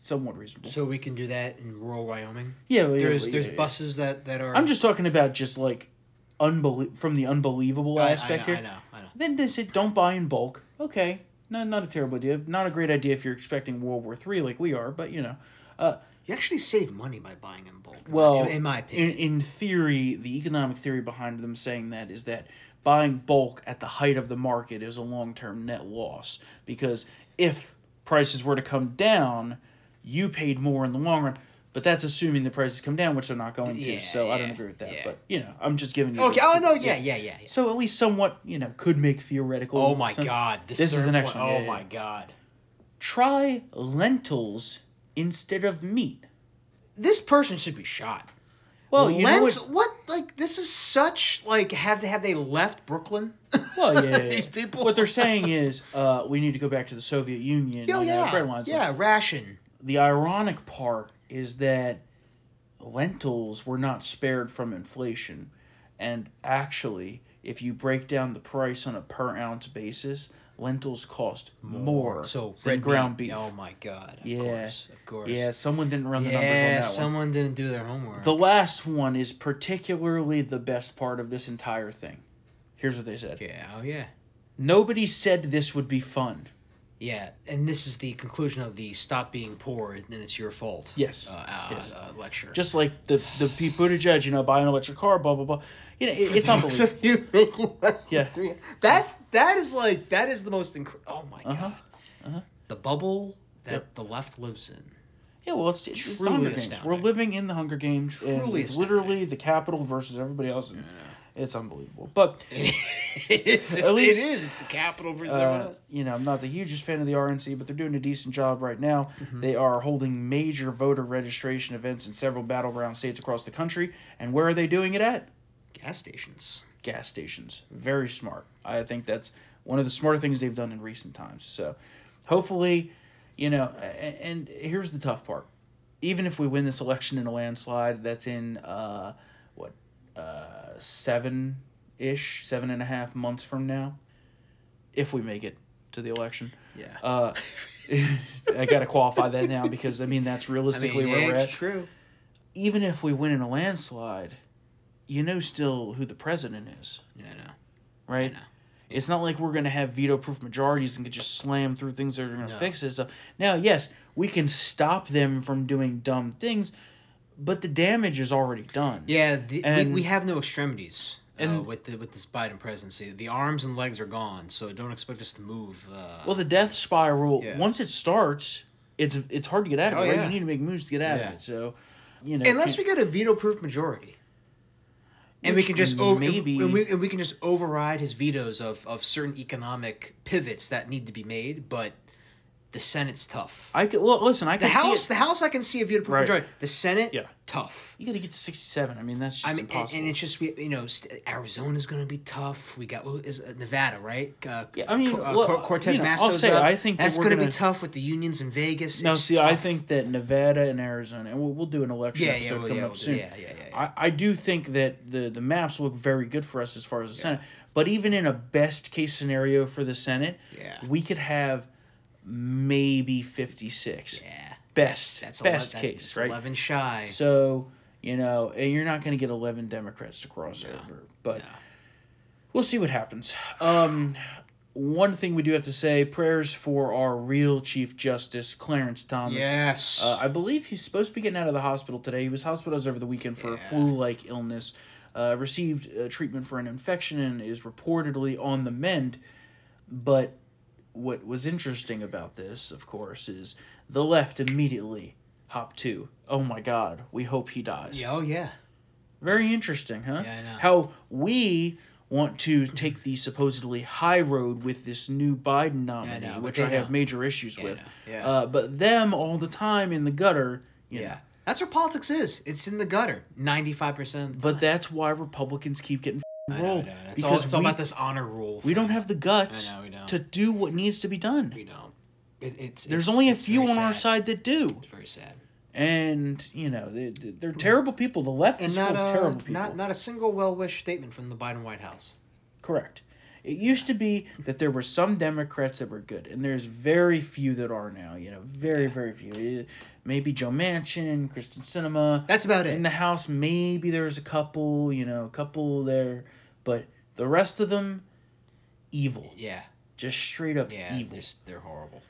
A: Somewhat reasonable.
C: So we can do that in rural Wyoming.
A: yeah, well, yeah,
C: There's
A: well,
C: there's
A: yeah, yeah.
C: buses that that are.
A: I'm just talking about just like unbelie- from the unbelievable
C: I- I
A: aspect
C: know,
A: here.
C: I know, I know.
A: Then they said don't buy in bulk. Okay, no, not a terrible idea. Not a great idea if you're expecting World War Three like we are, but you know.
C: You actually save money by buying in bulk. in my-
A: Well,
C: in, in my opinion,
A: in, in theory, the economic theory behind them saying that is that buying bulk at the height of the market is a long term net loss because if prices were to come down, you paid more in the long run. But that's assuming the prices come down, which they're not going to.
C: Yeah,
A: so I don't
C: yeah,
A: agree with that.
C: yeah.
A: But you know, I'm just giving you.
C: okay.
A: the-
C: Oh no, yeah, yeah, yeah. yeah.
A: So at least somewhat, you know, could make theoretical.
C: Oh my
A: sense.
C: god, this,
A: This is
C: third oh
A: the next
C: one.
A: one, yeah,
C: Oh
A: yeah,
C: my
A: yeah.
C: god.
A: Try lentils instead of meat.
C: This person should be shot.
A: Well,
C: Lent,
A: you know
C: what,
A: what?
C: Like this is such like have have they left Brooklyn?
A: Well, yeah, yeah, yeah.
C: These people.
A: What they're saying is, uh, we need to go back to the Soviet Union.
C: oh
A: and, uh, bread
C: yeah,
A: lines.
C: yeah, ration.
A: The ironic part is that lentils were not spared from inflation, and actually, if you break down the price on a per ounce basis, lentils cost more
C: So
A: than
C: red
A: ground
C: meat.
A: beef.
C: Oh my god. Of
A: yeah,
C: course, of course.
A: Yeah, someone didn't run the numbers on
C: Yeah,
A: that one.
C: someone didn't do their homework.
A: The last one is particularly the best part of this entire thing. Here's what they said.
C: yeah, oh yeah.
A: Nobody said this would be fun.
C: Yeah, and this is the conclusion of the "Stop Being Poor and It's Your Fault."
A: Yes,
C: uh, uh,
A: yes.
C: uh, lecture.
A: Just like the the Pete Buttigieg, you know, buy an electric car, blah blah blah. You know, it, it's unbelievable.
C: If you make less than
A: Yeah.
C: three- that's that is like that is the most inc- oh my
A: Uh-huh.
C: god, the bubble that the left lives in.
A: Yeah, well, it's, it's, it's the
C: Truly
A: Hunger Games.
C: astounding.
A: We're living in the Hunger Games, and
C: Truly
A: it's literally the capital versus everybody else, and it's unbelievable. But
C: It is. It's,
A: At least-
C: it is. It's the capital versus
A: uh,
C: everyone else.
A: you know, I'm not the hugest fan of the RNC, but they're doing a decent job right now.
C: Mm-hmm.
A: They are holding major voter registration events in several battleground states across the country, and where are they doing it at?
C: Gas stations.
A: gas stations. Very smart. I think that's one of the smarter things they've done in recent times. So hopefully, you know, a- a- and here's the tough part. Even if we win this election in a landslide, that's in uh, what uh, seven ish, seven and a half months from now, if we make it to the election.
C: Yeah.
A: Uh, I got to qualify that now because I mean that's realistically where we're at
C: it's true.
A: even if we win in a landslide, you know still who the president is,
C: Yeah, I know.
A: right? It's not like we're going to have veto proof majorities and can just slam through things that are going to fix this stuff. Now, yes, we can stop them from doing dumb things, but the damage is already done.
C: Yeah, the,
A: And-
C: we, we have no extremities. uh,
A: and-
C: with the, with this Biden presidency, the arms and legs are gone, so don't expect us to move. Uh,
A: Well, the death spiral,
C: Yeah.
A: once it starts, it's it's hard to get out of
C: Oh,
A: it, right?
C: yeah.
A: You need to make moves to get out
C: Yeah.
A: of it. So, you know.
C: unless we
A: can-
C: get a veto-proof majority, and we
A: Which
C: can just over
A: maybe-
C: and, we, and we can just override his vetoes of of certain economic pivots that need to be made. But the Senate's tough.
A: I could, well, listen, I
C: The
A: could
C: House,
A: see
C: the
A: it.
C: House, I can see a veto-proof
A: Right.
C: majority. The Senate,
A: Yeah.
C: tough.
A: You got to get to 67. I mean, that's just
C: I mean, and,
A: impossible.
C: and it's just we, you know, st- Arizona's going to be tough. We got well, is uh, Nevada, right? Uh,
A: Yeah, I mean,
C: Cor- uh,
A: well,
C: Cor- Cortez
A: you know, I'll
C: Masto's
A: say,
C: up.
A: I think that
C: that's
A: we're
C: going to be
A: gonna-
C: tough with the unions in Vegas. It's
A: Now,
C: just
A: see, I
C: tough.
A: think that Nevada and Arizona, and we'll, we'll do an election
C: Yeah, yeah,
A: episode
C: we'll-
A: coming
C: yeah,
A: up
C: we'll do-
A: soon.
C: yeah, yeah, yeah,
A: I, I do think that the, the maps look very good for us as far as the Senate. But even in a best case scenario for the Senate,
C: Yeah.
A: we could have maybe 56.
C: yeah,
A: Best,
C: that's
A: best
C: 11,
A: case,
C: that's
A: right?
C: Eleven shy.
A: So, you know, and you're not going to get 11 Democrats to cross over, but we'll see what happens. Um, one thing we do have to say prayers for our real Chief Justice, Clarence Thomas.
C: yes,
A: Uh, I believe he's supposed to be getting out of the hospital today. He was hospitalized over the weekend for a flu like illness, uh, received uh, treatment for an infection, and is reportedly on the mend. But what was interesting about this, of course, is the left immediately hop to, oh my God, we hope he dies.
C: Yeah, oh yeah.
A: Very interesting, huh?
C: I know.
A: How we want to take the supposedly high road with this new Biden nominee,
C: know, but
A: which
C: they
A: I have
C: don't.
A: major issues with.
C: know, yeah.
A: Uh, but them all the time in the gutter, you know.
C: Yeah, that's where politics is. It's in the gutter, ninety-five percent.
A: But that's why Republicans keep getting f***ing rolled.
C: it's all,
A: Because
C: it's all
A: we,
C: about this honor rule.
A: we don't have the guts
C: I know, we don't.
A: to do what needs to be done.
C: you know, it, it's
A: There's
C: it's-
A: only a
C: it's
A: few on
C: very
A: our
C: sad.
A: side that do.
C: It's very sad.
A: And, you know, they, they're terrible people. The left
C: And
A: is
C: not,
A: full of
C: uh,
A: terrible people.
C: not not a single well wish statement from the Biden White House.
A: Correct. It used to be that there were some Democrats that were good, and there's very few that are now. You know, very very few. Eh, Maybe Joe Manchin, Kristen Cinema.
C: That's about it.
A: in the House. Maybe there was a couple. You know, a couple there, but the rest of them, evil,
C: Yeah,
A: just straight up
C: yeah,
A: evil.
C: they're, they're horrible.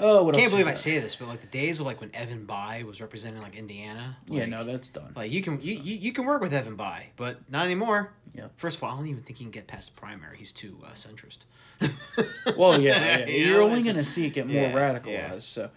A: Oh, what
C: Can't
A: else we
C: believe I
A: got?
C: say this, but like the days of like when Evan Bay was representing like Indiana.
A: Yeah,
C: like-
A: no, that's done.
C: like you can you, you, you can work with Evan Bay, but not anymore.
A: Yeah.
C: First of all, I don't even think he can get past the primary. He's too uh, centrist.
A: Well, yeah, yeah.
C: You
A: you're
C: know,
A: only
C: it's a-
A: gonna see it get more
C: yeah,
A: radicalized.
C: yeah.
A: So,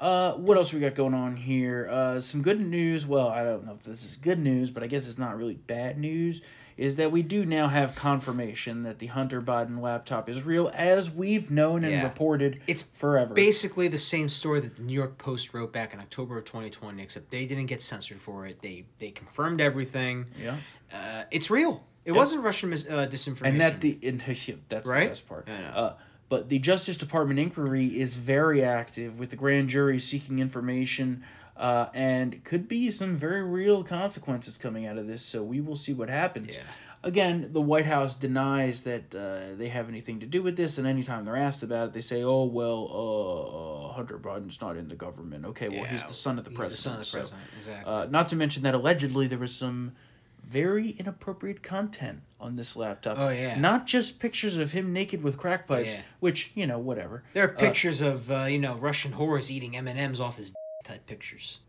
A: Uh, what else we got going on here? Uh, some good news. Well, I don't know if this is good news, but I guess it's not really bad news. Is that we do now have confirmation that the Hunter Biden laptop is real, as we've known and
C: Yeah.
A: reported.
C: It's
A: forever.
C: Basically, the same story that the New York Post wrote back in October of 2020, except they didn't get censored for it. They they confirmed everything.
A: yeah,
C: Uh, it's real. It wasn't Russian mis- uh, disinformation.
A: and that the and, yeah, that's the
C: Right?
A: best part.
C: I know.
A: Uh, but the Justice Department inquiry is very active, with the grand jury seeking information, uh, and could be some very real consequences coming out of this. So we will see what happens.
C: Yeah.
A: Again, the White House denies that uh, they have anything to do with this, and anytime they're asked about it, they say, "Oh well, uh, Hunter Biden's not in the government." Okay, well, he's
C: Yeah,
A: the son of the
C: he's
A: president.
C: the son of the
A: so,
C: president, exactly.
A: Uh, not to mention that allegedly there was some very inappropriate content on this laptop.
C: Oh, yeah.
A: Not just pictures of him naked with crack pipes,
C: Yeah.
A: which you know, whatever.
C: there are pictures of uh, you know Russian whores eating M and M's off his d- type pictures.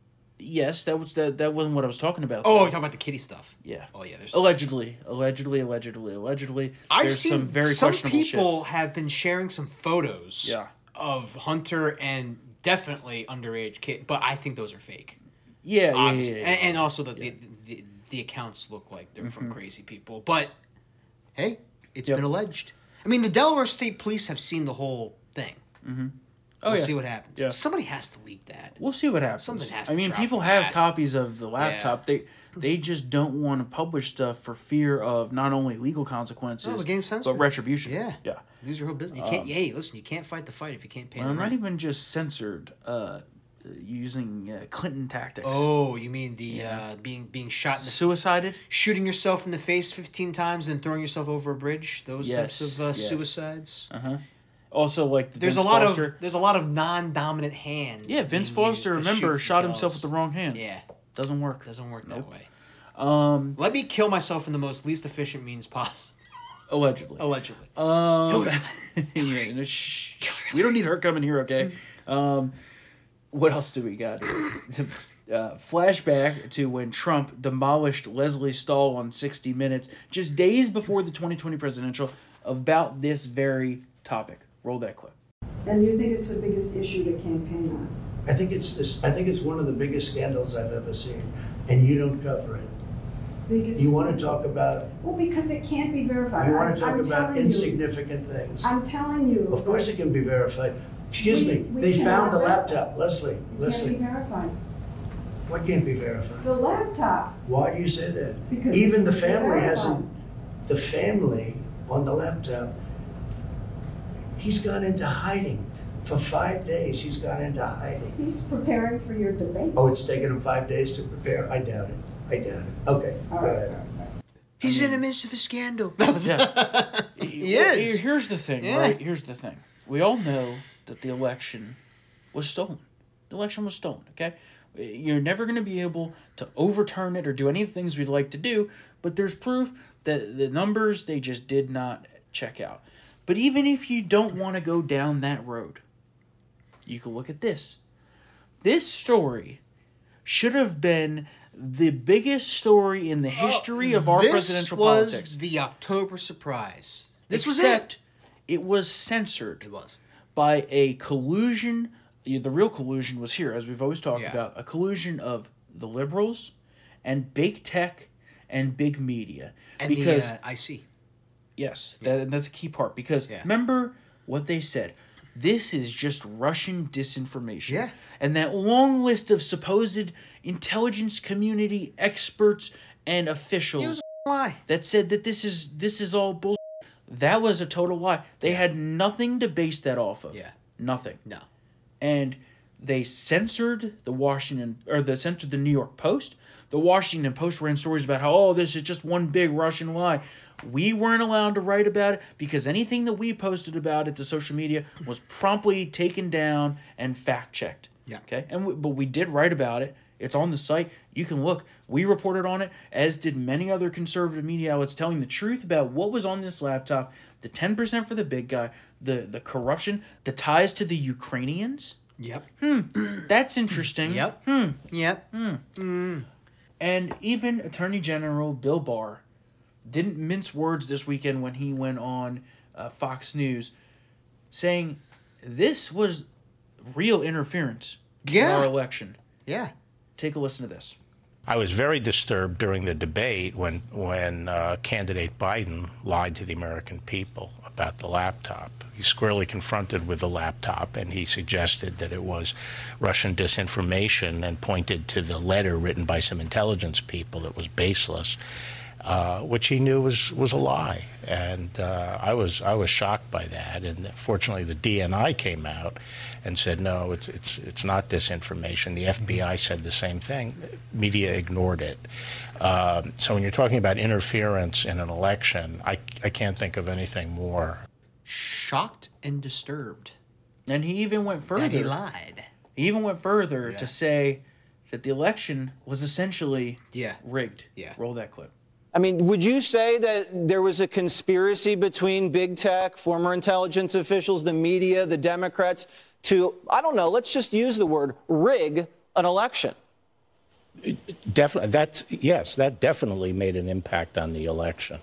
A: Yes, that was that. That wasn't what I was talking about.
C: Oh, you're
A: though.
C: talking about the kitty stuff.
A: yeah.
C: Oh yeah, there's.
A: Allegedly, allegedly, allegedly, allegedly.
C: I've
A: There's
C: seen some,
A: questionable shit.
C: people have been sharing some photos.
A: Yeah.
C: Of Hunter and definitely underage kid, but I think those are fake.
A: Yeah, yeah, yeah,
C: obviously.
A: yeah, yeah.
C: And, and also that the, the the accounts look like they're from crazy people. But hey, it's
A: Yep.
C: been alleged. I mean, the Delaware State Police have seen the whole thing.
A: Oh,
C: we'll
A: yeah.
C: see what happens.
A: Yeah.
C: Somebody has to leak that.
A: We'll see what happens.
C: Something has
A: I
C: to
A: mean,
C: drop
A: people
C: on
A: have
C: that.
A: copies of the laptop. They they just don't want to publish stuff for fear of not only legal consequences,
C: No, against
A: but
C: censoring.
A: retribution.
C: Yeah.
A: yeah. Um,
C: Lose your whole business. You can't. hey, listen, you can't fight the fight if you can't pay.
A: And
C: the
A: not
C: rent.
A: even just censored, uh, using uh, Clinton tactics.
C: Oh, you mean the uh, being being shot in the
A: Suicided?
C: shooting yourself in the face 15 times and throwing yourself over a bridge those types
A: Yes,
C: of uh,
A: yes.
C: suicides
A: Also, like the
C: there's
A: Vince
C: a lot
A: Foster.
C: of there's a lot of non-dominant hands
A: yeah, Vince
C: being used
A: Foster.
C: to
A: Remember,
C: shoot
A: shot himself with the
C: themselves.
A: wrong hand.
C: yeah
A: doesn't work.
C: doesn't work
A: Nope.
C: that way um let me kill myself in the most least efficient means possible
A: Allegedly.
C: allegedly
A: Um, yeah, no, shh, we don't need her coming here, okay?
C: Mm.
A: Um, what else do we got? here? uh, flashback to when Trump demolished Leslie Stahl on 60 Minutes just days before the 2020 presidential about this very topic. Roll that clip.
H: And you think it's the biggest issue to campaign on?
I: I think it's this, I think it's one of the biggest scandals I've ever seen, and you don't cover it.
H: Biggest-
I: You want to talk about,
H: Well, because it can't be verified.
I: you want to
H: I-
I: talk
H: I'm
I: about
H: telling you-
I: insignificant things.
H: I'm telling you.
I: Of course it can be verified. Excuse
H: We-
I: me,
H: we
I: they
H: cannot
I: found the
H: ver-
I: laptop, Leslie,
H: It can't be
I: Leslie.
H: verified.
I: What can't be verified?
H: The laptop,
I: Why do you say that?
H: Because
I: Even the
H: it's
I: family
H: verified.
I: hasn't, the family on the laptop, he's gone into hiding. For five days, he's gone into hiding.
H: he's preparing for your debate.
I: Oh, it's taken him five days to prepare? I doubt it. I doubt it. Okay, go
H: All right, all
I: ahead.
H: right, all right.
C: he's in the midst of a scandal that was
A: Yeah. he
C: is.
A: Here's the thing,
C: Yeah.
A: right? Here's the thing. We all know that the election was stolen. The election was stolen, okay? You're never going to be able to overturn it or do any of the things we'd like to do, but there's proof that the numbers, they just did not check out. But even if you don't want to go down that road, you can look at this. This story should have been the biggest story in the history of our
C: this
A: presidential
C: was
A: politics.
C: the october surprise this
A: Except
C: was
A: it. was
C: it
A: censored
C: it was
A: by a collusion. yeah, The real collusion was here, as we've always talked
C: Yeah.
A: about a collusion of the liberals and big tech and big media.
C: and
A: because,
C: the uh, i see
A: yes, that, that's a key part. Because
C: Yeah.
A: remember what they said. This is just Russian disinformation.
C: Yeah.
A: And that long list of supposed intelligence community experts and officials
C: why
A: that said that this is this is all bull. That was a total lie. They had nothing to base that off of.
C: Yeah.
A: Nothing.
C: no
A: And they censored the Washington or they censored the New York Post. The Washington Post ran stories about how oh this is just one big Russian lie. We weren't allowed to write about it because anything that we posted about it to social media was promptly taken down and fact checked.
C: Yeah.
A: Okay. And we, but we did write about it. It's on the site. You can look. We reported on it, as did many other conservative media outlets, telling the truth about what was on this laptop, the ten percent for the big guy, the the corruption, the ties to the Ukrainians.
C: yep
A: That's interesting.
C: yep Hmm.
A: Hmm.
C: yep
A: And even Attorney General Bill Barr didn't mince words this weekend when he went on uh, Fox News saying this was real interference our
C: Yeah.
A: election.
C: Yeah.
A: Take a listen to this.
J: I was very disturbed during the debate when when uh, candidate Biden lied to the American people about the laptop. He squarely confronted with the laptop, and he suggested that it was Russian disinformation, and pointed to the letter written by some intelligence people that was baseless, uh, which he knew was was a lie. And uh, I was I was shocked by that. And fortunately, the DNI came out and said, no, it's it's it's not disinformation.
K: Mm-hmm.
J: The FBI said the same thing. Media ignored it. Um, so when you're talking about interference in an election, I I can't think of anything more
C: Shocked and disturbed.
A: And he even went further.
C: That he lied.
A: He even went further to say that the election was essentially
C: Yeah.
A: rigged.
C: Yeah.
A: Roll that clip.
K: I mean, would you say that there was a conspiracy between big tech, former intelligence officials, the media, the Democrats to, I don't know, let's just use the word rig an election?
J: definitely that yes that definitely made an impact on the election.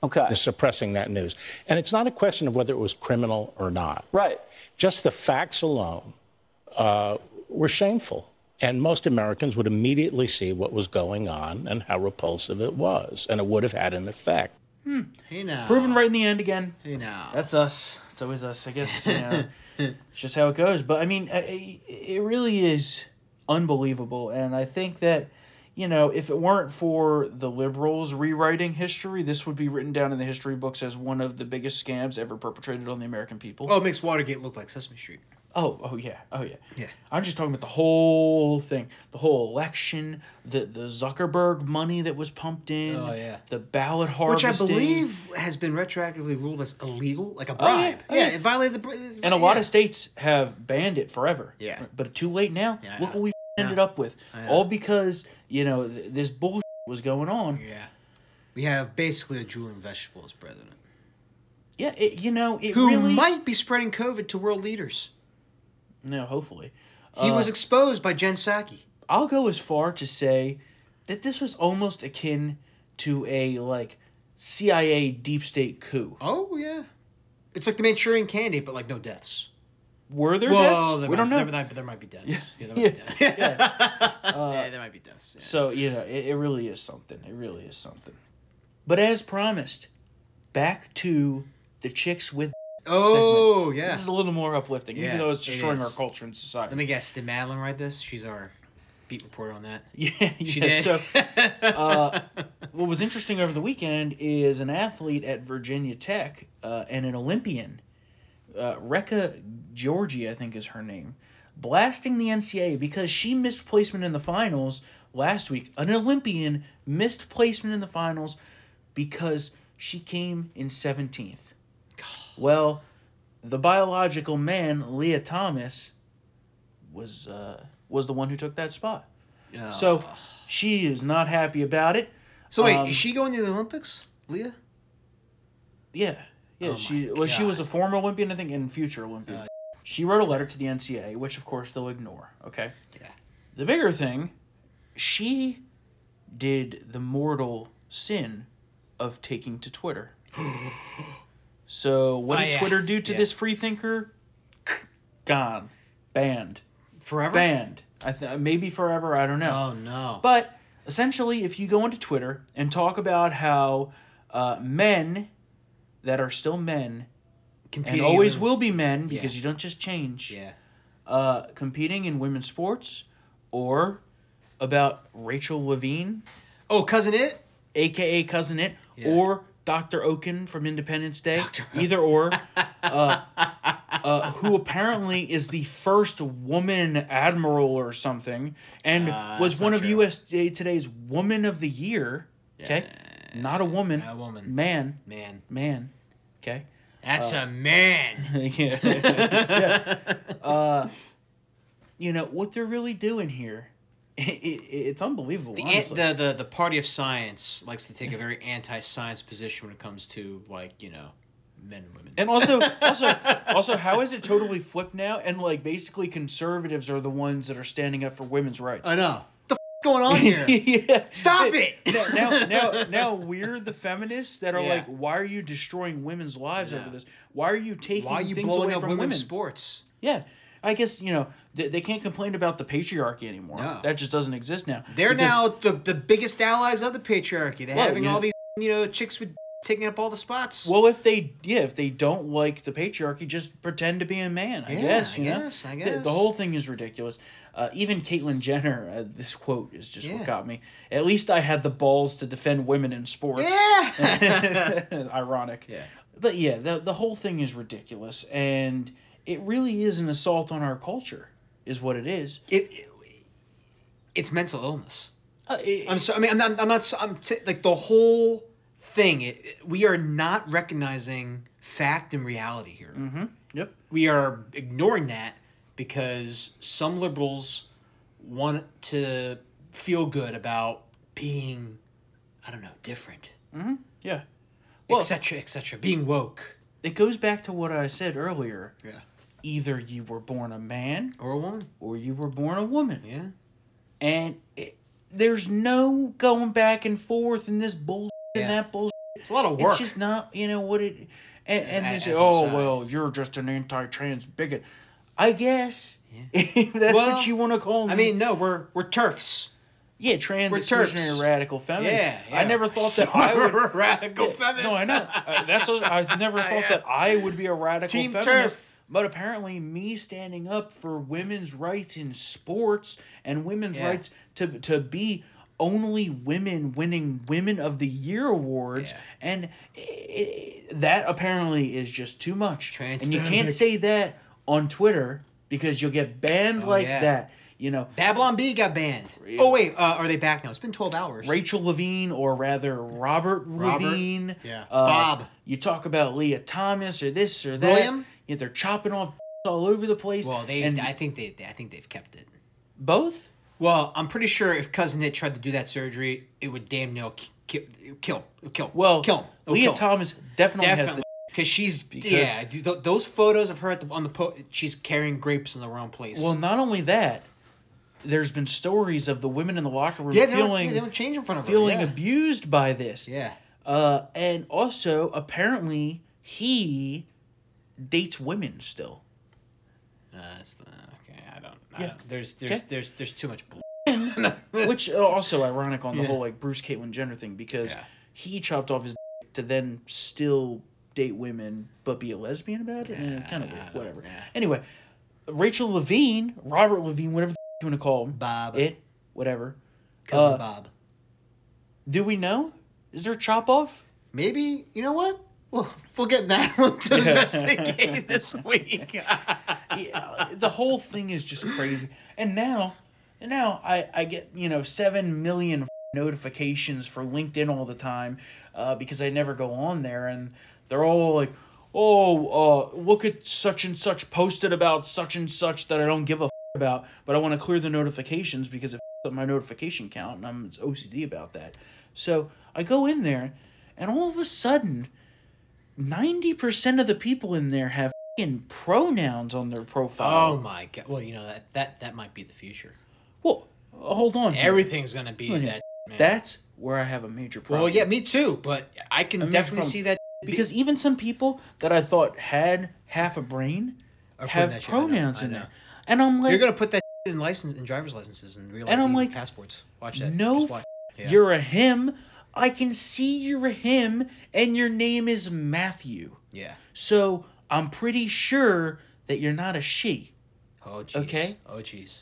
K: Okay.
J: the suppressing that news. And it's not a question of whether it was criminal or not.
K: Right.
J: Just the facts alone uh, were shameful. And most Americans would immediately see what was going on and how repulsive it was. And it would have had an effect.
C: Hey now.
A: Proven right in the end again.
C: Hey now.
A: That's us. It's always us, I guess. You know, it's just how it goes. But I mean, I- I- it really is unbelievable, and I think that you know, if it weren't for the liberals rewriting history, this would be written down in the history books as one of the biggest scams ever perpetrated on the American people.
C: oh, it makes Watergate look like Sesame Street.
A: Oh, oh yeah, oh yeah.
C: Yeah.
A: I'm just talking about the whole thing, the whole election, the the Zuckerberg money that was pumped in,
C: Oh, yeah.
A: the ballot
C: Which
A: harvesting,
C: I believe has been retroactively ruled as illegal, like a
A: yeah,
C: bribe.
A: oh,
C: yeah,
A: yeah.
C: it violated the. br-
A: and a lot
C: yeah.
A: of states have banned it forever.
C: Yeah.
A: but too late now.
C: Yeah, I
A: Look
C: know.
A: what we ended up with, all because you know th- this bullshit was going on.
C: Yeah. We have basically a drooling vegetable as president.
A: Yeah, it, you know it
C: Who
A: really.
C: might be spreading COVID to world leaders.
A: No, hopefully, Uh.
C: He was exposed by Jen Psaki.
A: I'll go as far to say that this was almost akin to a like CIA deep state coup.
C: Oh, yeah. It's like the Manchurian Candidate, but like no deaths.
A: Were there
C: Well,
A: deaths?
C: there
A: We
C: might,
A: don't know.
C: There, might- there might be deaths. Yeah, there might be deaths. Yeah, there might be deaths. yeah.
A: uh, So you know, it, it really is something. It really is something. But as promised, back to the chicks with.
C: Oh, yeah.
A: This is a little more uplifting,
C: Yeah,
A: even though it's
C: it
A: destroying our
C: is.
A: culture and society.
C: Let me guess. Did Madeline write this? She's our beat reporter on that.
A: yeah, yeah.
C: did.
A: So, uh, what was interesting over the weekend is an athlete at Virginia Tech uh, and an Olympian, uh, Rekha Georgie, I think is her name, blasting the NCAA because she missed placement in the finals last week. An Olympian missed placement in the finals because she came in 17th. Well, the biological man, Leah Thomas, was uh, was the one who took that spot. So she is not happy about it.
C: So wait,
A: Um,
C: is she going to the Olympics, Leah?
A: Yeah,
C: Oh
A: yeah. she well, she was a former Olympian, I think, and future
C: Uh,
A: Olympian. she wrote a letter to the NCAA, which of course they'll ignore. Okay.
C: Yeah.
A: The bigger thing, she did the mortal sin of taking to Twitter. so what
C: Oh,
A: did
C: yeah.
A: Twitter do to
C: Yeah.
A: this free thinker? Gone, banned,
C: Forever?
A: banned. I th- maybe forever. I don't know.
C: Oh no.
A: But essentially, if you go into Twitter and talk about how uh, men that are still men and
C: Competing
A: always
C: against-
A: will be men because you don't just change,
C: Yeah.
A: uh, competing in women's sports or about Rachel Levine,
C: Oh, cousin it?
A: aka Cousin It,
C: Yeah.
A: or Dr. Oaken from Independence Day, either or, uh, uh, who apparently is the first woman admiral or something, and
C: Uh,
A: was one of USA Today's Woman of the Year. Okay, not a woman,
C: Not a woman.
A: man, Uh,
C: Man.
A: man. Okay,
C: That's a man.
A: yeah. Uh, you know what they're really doing here? It, it, it's unbelievable.
C: The,
A: honestly.
C: the the the party of science likes to take a very anti-science position when it comes to like, you know, men and women.
A: And also, also, also, how is it totally flipped now? And like, basically, conservatives are the ones that are standing up for women's rights.
C: I know. The f- going on here?
A: yeah.
C: Stop it.
A: Now, now, now, now, we're the feminists that are
C: Yeah.
A: like, why are you destroying women's lives over this? Why are you taking
C: Why are you
A: things
C: blowing
A: away
C: up
A: from
C: women's
A: women?
C: sports?
A: Yeah. I guess you know they, they can't complain about the patriarchy anymore.
C: No.
A: That just doesn't exist now.
C: They're
A: Because-
C: now the, the biggest allies of the patriarchy. They're
A: Well,
C: having
A: you-
C: all these you know chicks with taking up all the spots.
A: Well, if they yeah, if they don't like the patriarchy, just pretend to be a man. I
C: Yeah,
A: guess
C: I
A: you know.
C: guess, I
A: The- The,
C: guess.
A: whole thing is ridiculous. Uh, even Caitlyn Jenner, uh, this quote is just
C: Yeah.
A: what got me. At least I had the balls to defend women in sports.
C: Yeah.
A: Ironic.
C: Yeah.
A: But yeah, the the whole thing is ridiculous, and it really is an assault on our culture, is what it is.
C: it, it's mental illness.
A: Uh, it-
C: I'm so. I mean, I'm not. I'm not. so- I'm t- like the whole thing. It, it- we are not recognizing fact and reality here.
A: Mm-hmm. yep.
C: We are ignoring that because some liberals want to feel good about being, I don't know, different,
A: Yeah. Well-
C: etc., etc. Being woke
A: It goes back to what I said earlier.
C: Yeah.
A: Either you were born a man
C: or a woman.
A: or you were born a woman.
C: Yeah.
A: and it, there's no going back and forth in this bullshit
C: Yeah.
A: and that bullshit.
C: It's a lot of work.
A: It's just not, you know, what it. And, and they
C: as
A: say,
C: an
A: "Oh
C: aside."
A: well, you're just an anti-trans bigot." I guess if that's
C: Well,
A: what you want to call me.
C: I mean, no, we're we're turfs.
A: yeah, trans
C: we're turfs.
A: exclusionary radical feminist.
C: Yeah,
A: I
C: yeah.
A: never thought that
C: Sorry,
A: I would.
C: radical
A: Yeah,
C: feminist.
A: No, I know. Uh, that's what, I never thought that I would be a radical
C: Team
A: feminist.
C: turf.
A: But apparently, me standing up for women's rights in sports and women's
C: Yeah.
A: rights to to be only women winning Women of the Year awards,
C: Yeah.
A: and i- i- that apparently is just too much. And you
C: Transphobic.
A: can't say that on Twitter because you'll get banned like
C: Oh, yeah.
A: that. You know,
C: Babylon B got banned. Oh wait, uh, are they back now? It's been twelve hours.
A: Rachel Levine, or rather Robert,
C: Robert,
A: Levine.
C: yeah.
A: Uh,
C: Bob.
A: You talk about Leah Thomas or this or that.
C: William?
A: Yeah, they're chopping off all over the place.
C: Well, they.
A: and
C: I think they. I think they've kept it.
A: both.
C: Well, I'm pretty sure if cousin Nit tried to do that surgery, it would damn near ki- ki- kill, kill, kill,
A: Well,
C: kill him. It'll
A: Leah
C: kill him.
A: Thomas definitely, has
C: definitely
A: the.
C: because she's yeah. dude, tho- those photos of her at the, on the po- she's carrying grapes in the wrong place.
A: Well, not only that, there's been stories of the women in the locker room
C: yeah, they don't,
A: feeling
C: yeah, they don't change in front of her.
A: feeling
C: yeah.
A: abused by this.
C: Yeah,
A: Uh, and also apparently he dates women still.
C: uh, that's the, okay. I don't. I
A: Yeah.
C: don't there's there's,
A: Okay.
C: there's there's too much. Bull-
A: Which uh, also ironic on the whole like Bruce Caitlyn Jenner thing because
C: Yeah.
A: he chopped off his dick to then still date women but be a lesbian about it. kind of weird. Whatever. Anyway, Rachel Levine, Robert Levine, whatever the you want to call him,
C: Bob.
A: it, whatever.
C: cousin
A: uh,
C: Bob.
A: Do we know? Is there a chop off?
C: Maybe you know what? We'll, we'll get Madeline to investigate this week.
A: yeah, the whole thing is just crazy. And now, and now I, I get you know seven million f- notifications for LinkedIn all the time uh, because I never go on there, and they're all like, "Oh, uh, look at such and such posted about such and such that I don't give a f- about, but I want to clear the notifications because it f- up my notification count, and I'm it's OCD about that." So I go in there, and all of a sudden. 90% of the people in there have fing pronouns on their profile.
C: Oh my god! Well, you know that that that might be the future.
A: Well, uh, hold on. here.
C: Everything's gonna be that. Man.
A: That's where I have a major problem.
C: well, yeah, me too. But I can
A: mean,
C: definitely
A: from-
C: see that
A: Because even some people that I thought had half a brain
C: putting
A: have
C: that shit in there.
A: pronouns
C: I
A: in
C: know.
A: there. And I'm like,
C: you're gonna put that in license in driver's licenses and real
A: And I'm
C: ID
A: like,
C: passports. Watch that.
A: no,
C: Just watch. Yeah.
A: you're a him. I can see you're a him, and your name is Matthew.
C: yeah.
A: So I'm pretty sure that you're not a she.
C: Oh jeez.
A: Okay.
C: Oh jeez.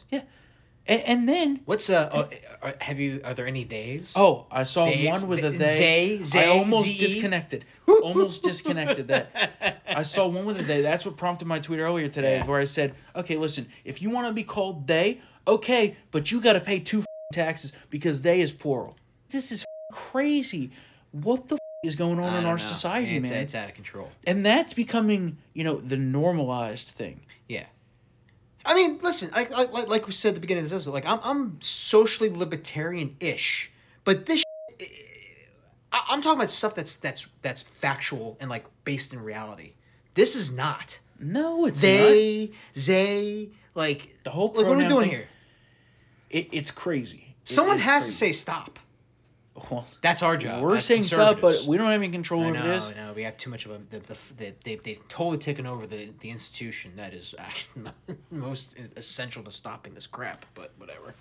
A: And, and then
C: What's uh? Oh, are, have you? Are there any days?
A: Oh, I saw
C: Days,
A: one with a
C: th-
A: they.
C: zay, zay,
A: I almost
C: zee.
A: disconnected. almost disconnected that. I saw one with a they. That's what prompted my tweet earlier today, where I said, "Okay, listen, if you want to be called they, okay, but you got to pay two f***ing taxes because they is plural. This is f***ing crazy. What the f- is going on
C: I
A: in
C: don't
A: our
C: know.
A: society,
C: it's,
A: man?
C: It's out of control.
A: and that's becoming, you know, the normalized thing.
C: Yeah. I mean, listen, like like, like- like we said at the beginning of this episode, like I'm I'm socially libertarian ish, but this, shit, eh, I, I'm talking about stuff that's that's that's factual and like based in reality. This is not
A: No, it's not.
C: they they like
A: The whole
C: like what are we
A: pronoun thing-
C: doing here?
A: It, it's crazy. It
C: Someone
A: is
C: has
A: crazy.
C: to say stop.
A: Well,
C: That's our job.
A: We're
C: as
A: saying stuff, but
C: conservatives.
A: we don't have any control
C: I
A: over
C: know,
A: this.
C: I know. We have too much of a. The, the, the, they, they've totally taken over the, the institution that is actually most essential to stopping this crap, but whatever.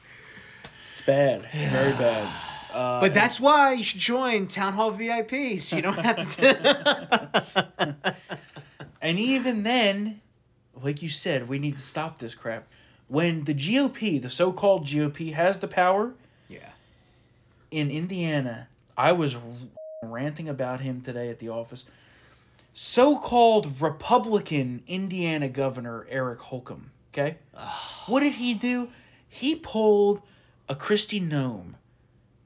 A: It's bad. It's very bad. Uh,
C: but that's why you should join Town Hall VIP so you don't have to.
A: And even then, like you said, we need to stop this crap. When the GOP, the so called GOP, has the power.
C: Yeah.
A: In Indiana, I was ranting about him today at the office. So called Republican Indiana Governor Eric Holcomb, okay? what did he do? He pulled a Christie Gnome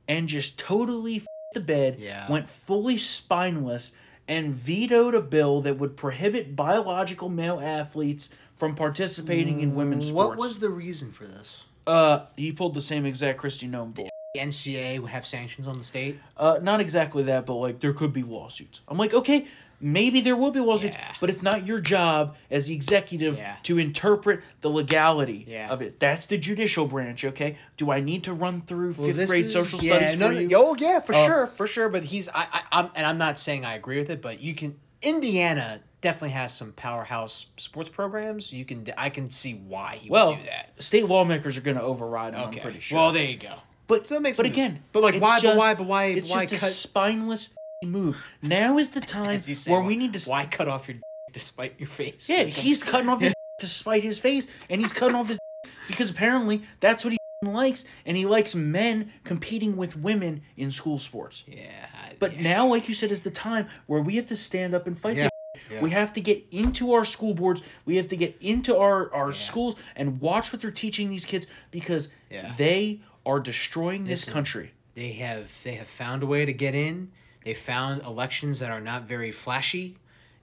A: and just totally f- the bed,
C: Yeah.
A: went fully spineless, and vetoed a bill that would prohibit biological male athletes from participating in women's
C: what
A: sports.
C: was the reason for this?
A: Uh, he pulled the same exact Christie Gnome bill.
C: The NCAA would have sanctions on the state.
A: Uh, not exactly that, but like there could be lawsuits. I'm like, okay, maybe there will be lawsuits, but it's not your job as the executive
C: Yeah.
A: to interpret the legality
C: Yeah.
A: of it. That's the judicial branch, okay? Do I need to run through
C: Well,
A: fifth
C: this
A: grade
C: is-
A: social
C: yeah,
A: studies
C: no,
A: for
C: no,
A: you?
C: Oh yeah, for
A: Uh,
C: sure, for sure. But he's I, I I'm and I'm not saying I agree with it, but you can Indiana definitely has some powerhouse sports programs. You can I can see why he
A: Well,
C: would do that.
A: state lawmakers are going to override him,
C: Okay.
A: I'm pretty sure.
C: Well, there you go.
A: But
C: So that makes
A: but
C: me-
A: again,
C: but like
A: it's
C: why?
A: just-
C: but why? But why?
A: It's
C: why
A: just a
C: cut?
A: spineless move. Now is the time
C: as you say,
A: where we need to.
C: Why cut off your d- despite your face?
A: Yeah, he's cutting off his to spite his face, and he's cutting off his because apparently that's what he likes, and he likes men competing with women in school sports.
C: Yeah. I-
A: But now, like you said, is the time where we have to stand up and fight.
C: Yeah.
A: This
C: Yeah.
A: We have to get into our school boards. We have to get into our, our schools and watch what they're teaching these kids because
C: Yeah.
A: they are destroying this country.
C: They have they have found a way to get in. They found elections that are not very flashy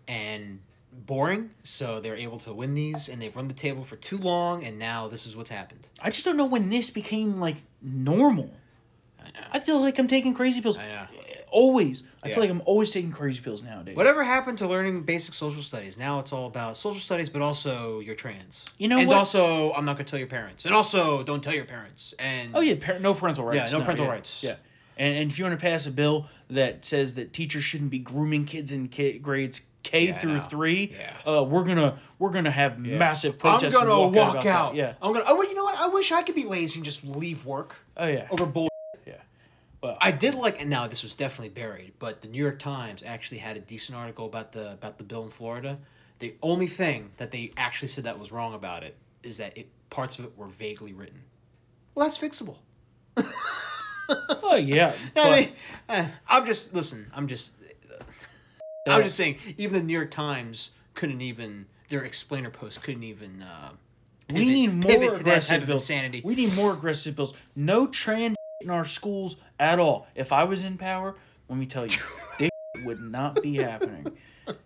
C: and boring, so they're able to win these and they've run the table for too long and now this is what's happened.
A: I just don't know when this became like normal. I feel like I'm taking crazy pills.
C: I know.
A: Always. I
C: Yeah.
A: feel like I'm always taking crazy pills nowadays.
C: Whatever happened to learning basic social studies? Now it's all about social studies, but also you're trans.
A: You know
C: and
A: what?
C: also I'm not gonna tell your parents. And also don't tell your parents. And
A: Oh yeah, par- no parental rights.
C: Yeah, no parental
A: yeah,
C: rights.
A: Yeah, and, and if you want to pass a bill that says that teachers shouldn't be grooming kids in ki- grades K
C: I
A: through
C: know.
A: three,
C: Yeah.
A: uh, we're gonna we're gonna have massive
C: I'm
A: protests. and
C: gonna walk,
A: about
C: out.
A: that. Yeah.
C: I'm gonna. Oh, well, you know what? I wish I could be lazy and just leave work.
A: Oh yeah.
C: over bull.
A: Yeah. Well-
C: I did like, and now this was definitely buried, but the New York Times actually had a decent article about the about the bill in Florida. The only thing that they actually said that was wrong about it is that it parts of it were vaguely written. Well, that's fixable.
A: Oh yeah.
C: I
A: But
C: mean, eh, I'm just listen. I'm just.
A: Yeah.
C: I'm just saying. Even the New York Times couldn't even their explainer post couldn't even. Uh,
A: we
C: pivot-
A: need more
C: pivot to that type
A: aggressive
C: of
A: bills.
C: insanity.
A: We need more aggressive bills. No trans in our schools at all. If I was in power, let me tell you, this would not be happening.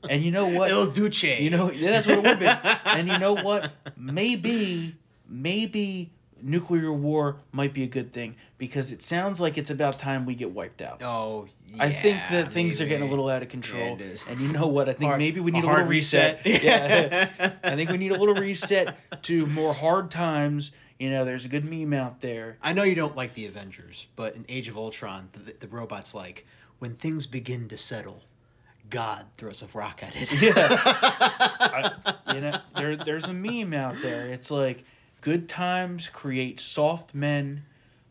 A: And you know what?
C: Il Duce.
A: You know, yeah, that's what it would be. and you know what? Maybe, maybe nuclear war might be a good thing because it sounds like it's about time we get wiped out.
C: Oh,
A: I think
C: yeah,
A: that things are getting a
C: maybe.
A: little out of control.
C: Yeah, it is.
A: and you know what? I think
C: Hard-
A: maybe we
C: a
A: need a,
C: hard
A: little reset.
C: reset.
A: yeah. I think we need a little reset to more hard times. You know, there's a good meme out there.
C: I know you don't like the Avengers, but in Age of Ultron, the, the robot's like, when things begin to settle, God throws a rock at it.
A: you know, there there's a meme out there. It's like good times create soft men,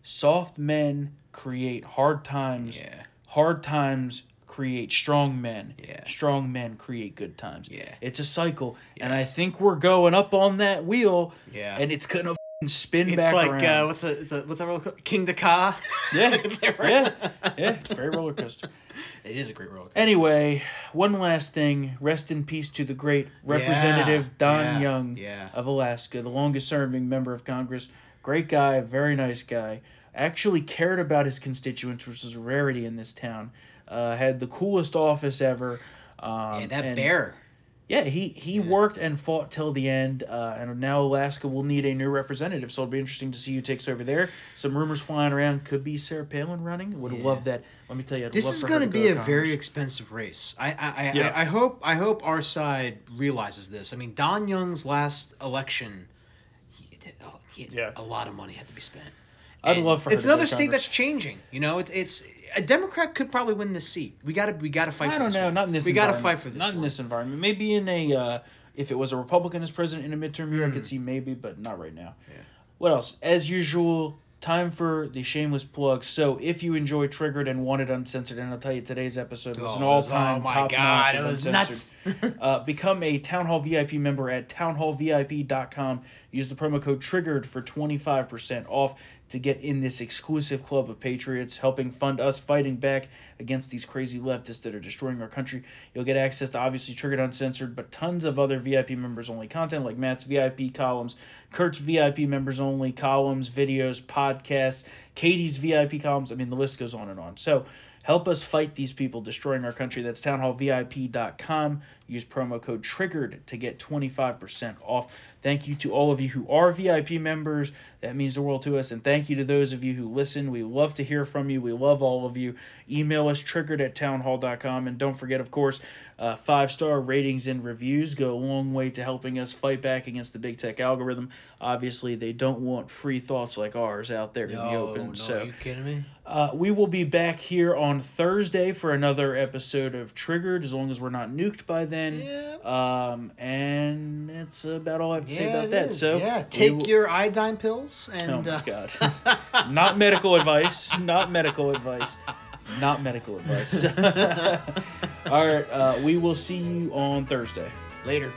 A: soft men create hard times.
C: Yeah.
A: Hard times create strong men.
C: Yeah.
A: Strong men create good times.
C: Yeah.
A: It's a cycle, and I think we're going up on that wheel.
C: Yeah.
A: And it's gonna f***ing spin
C: It's
A: back
C: like
A: around.
C: uh, what's the, the what's that roller coaster? King the Ka.
A: yeah,
C: that right?
A: yeah, yeah. Great roller coaster.
C: It is a great roller coaster.
A: Anyway, one last thing. Rest in peace to the great Representative
C: Yeah,
A: Don
C: yeah,
A: Young
C: yeah.
A: of Alaska, the longest serving member of Congress. Great guy, very nice guy. Actually cared about his constituents, which is a rarity in this town. Uh, had the coolest office ever. Um,
C: yeah, that
A: and-
C: bear.
A: Yeah, he, he worked and fought till the end, uh, and now Alaska will need a new representative, so it'll be interesting to see who takes over there. Some rumors flying around could be Sarah Palin running. Would have loved that. Let me tell you, I'd
C: This
A: love
C: is
A: for her
C: going to
A: to go
C: be a
A: to
C: very
A: Congress.
C: expensive race. I I, I,
A: Yeah.
C: I I hope I hope our side realizes this. I mean, Don Young's last election, he did, he had
A: Yeah.
C: a lot of money had to be spent.
A: I'd
C: And
A: love for her
C: it's
A: to go to
C: another state
A: Congress.
C: that's changing. You know, it's it's a Democrat could probably win this seat. We gotta we gotta fight.
A: I
C: for
A: don't
C: this
A: know.
C: one.
A: Not in this.
C: We gotta
A: environment.
C: fight for this.
A: Not in
C: one.
A: this environment. Maybe in a uh, if it was a Republican as president in a midterm year, I
C: Mm.
A: could see maybe, but not right now. What else? As usual, time for the shameless plug. So if you enjoy Triggered and Wanted Uncensored, and I'll tell you today's episode was an
C: Oh, it
A: all
C: was-
A: time
C: oh my
A: top notch.
C: God, it was
A: uh, become a Town Hall VIP member at townhallvip.com. Use the promo code Triggered for twenty five percent off to get in this exclusive club of patriots, helping fund us fighting back against these crazy leftists that are destroying our country. You'll get access to obviously Triggered Uncensored, but tons of other VIP members only content like Matt's VIP columns, Kurt's VIP members only columns, videos, podcasts, Katie's VIP columns. I mean, the list goes on and on. So. Help us fight these people destroying our country. That's townhallvip.com. Use promo code TRIGGERED to get 25% off. Thank you to all of you who are VIP members. That means the world to us. And thank you to those of you who listen. We love to hear from you. We love all of you. Email us triggered at townhall.com. And don't forget, of course, uh, five star ratings and reviews go a long way to helping us fight back against the big tech algorithm. Obviously, they don't want free thoughts like ours out there in the open. so
C: kidding me?
A: uh, we will be back here on Thursday for another episode of Triggered, as long as we're not nuked by then. Um, and that's about all I have to say
C: Yeah,
A: about
C: it
A: that.
C: is.
A: So
C: yeah,
A: we
C: take
A: will-
C: your iodine pills and.
A: Oh my
C: uh,
A: god! not medical advice. Not medical advice. Not medical advice. all right. Uh, we will see you on Thursday.
C: later.